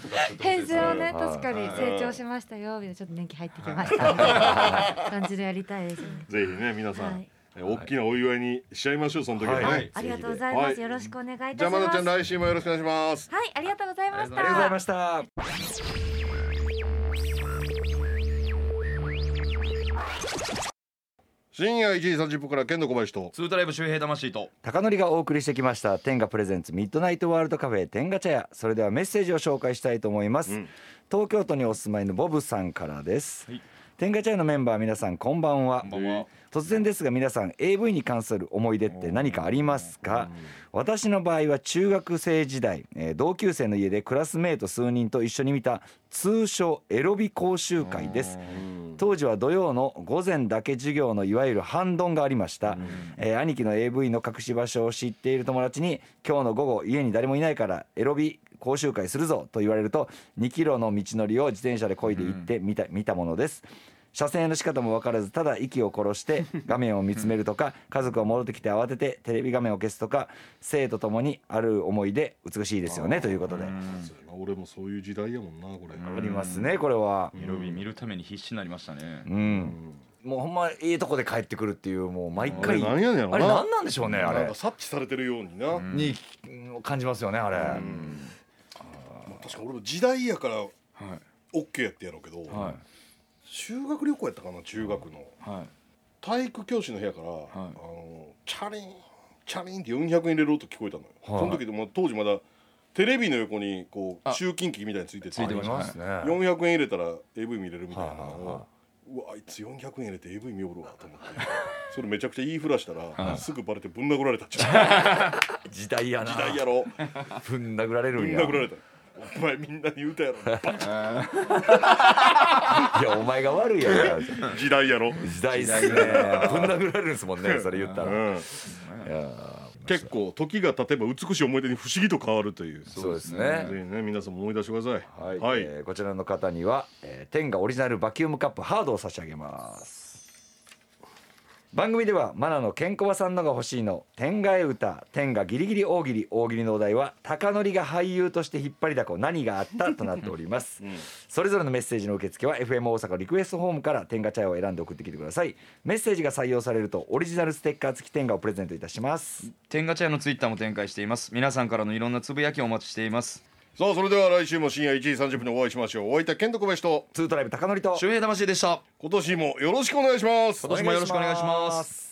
C: とかちょっと
H: 編成をね、
B: はい
H: 確かに成長しましたよ。みたいなちょっと年季入ってきました。みたいな感じでやりたいですね。
A: ぜひね皆さん、
H: はい
A: え大きなお祝いにしちゃいましょうその時はね、
B: はい
H: ありがとうございま
A: はい
H: す。よろしくお願いいたします。
A: じゃあまなちゃん来週もよろしくお願いします
H: はい、ありがとうございました。
B: ありがとうございました
A: 深夜1時30分から剣道小林と
C: ツートライブ周平魂と。
B: 高典がお送りしてきました天下プレゼンツミッドナイトワールドカフェ天下茶屋それではメッセージを紹介したいと思います、東京都にお住まいのボブさんからです、
C: はい
B: 天下茶屋のメンバー皆さんこんばんは
C: こんばんは
B: 突然ですが皆さん AV に関する思い出って何かありますか私の場合は中学生時代、えー同級生の家でクラスメート数人と一緒に見た通称エロビ講習会です当時は土曜の午前だけ授業のいわゆる半ドンがありました、えー兄貴の AV の隠し場所を知っている友達に「今日の午後家に誰もいないからエロビ講習会するぞ」と言われると2キロの道のりを自転車で漕いで行って見た,、見たものです車線の仕方も分からずただ息を 殺して画面を見つめるとか家族が戻ってきて慌ててテレビ画面を消すとか生と共にある思い出美しいですよねということであ
A: 俺もそういう時代やもんなこれ、
B: りますねこれは
C: エロビ見るために必死になりましたね。
B: うんもうほんまいいとこで帰ってくるっていうもう毎
A: あれ
B: 回
A: 何やねんやろな
B: あれ何なんでしょうねあ
A: なん
B: れ
A: か察知されてるようにな、
C: ん
B: に感じますよねあれ、
A: まあ、確か俺も時代やから
C: はい
A: OK やってやろうけど、
C: はい
A: 修学旅行やったかな中学の
C: はい
A: 体育教師の部屋から、あのチャリンチャリンって400円入れる音聞こえたのよ、
B: はい
A: その時でも当時まだテレビの横にこう
C: あ
A: 集金機みたいについてて
C: ついてました
B: ありね
A: 400円入れたら AV 見れるみたいなのを、
B: はいは
A: うわあいつ400円入れて AV 見おるわと思ってそれめちゃくちゃ言いふらしたら、
C: はい
A: すぐバレてぶん殴られたっちゃう
B: 時代やな
A: 時代やろ
B: ふん殴られる
A: ぶん
B: んや
A: 殴られたお前みんなに言うたやろ
B: いやお前が悪いや ろ
A: 時代やろ、
B: 時代っすねぶん殴られるんですもんねそれ言った
A: う
B: ら、
A: ん、
B: いやー
A: 結構時が経てば美しい思い出に不思議と変わるという
B: そうですね
A: ぜひね皆さんも思い出してください
B: はい、えーこちらの方には、えー、天がオリジナルバキュームカップハードを差し上げます番組ではマナのケンコバさんのが欲しいの天が絵歌天がギリギリ大喜利大喜利のお題は高典が俳優として引っ張りだこ何があったとなってお ります、それぞれのメッセージの受付は FM 大阪リクエストホームから天が茶屋を選んで送ってきてくださいメッセージが採用されるとオリジナルステッカー付き天がをプレゼントいたします
C: 天ガチャのツイッターも展開しています皆さんからのいろんなつぶやきをお待ちしています
A: さあそれでは来週も深夜1時30分にお会いしましょうお相手はケントコベシと
B: ツートライブ高典と
C: 周平魂でした
A: 今年もよろしくお願いします
C: 今年もよろしくお願いします
B: す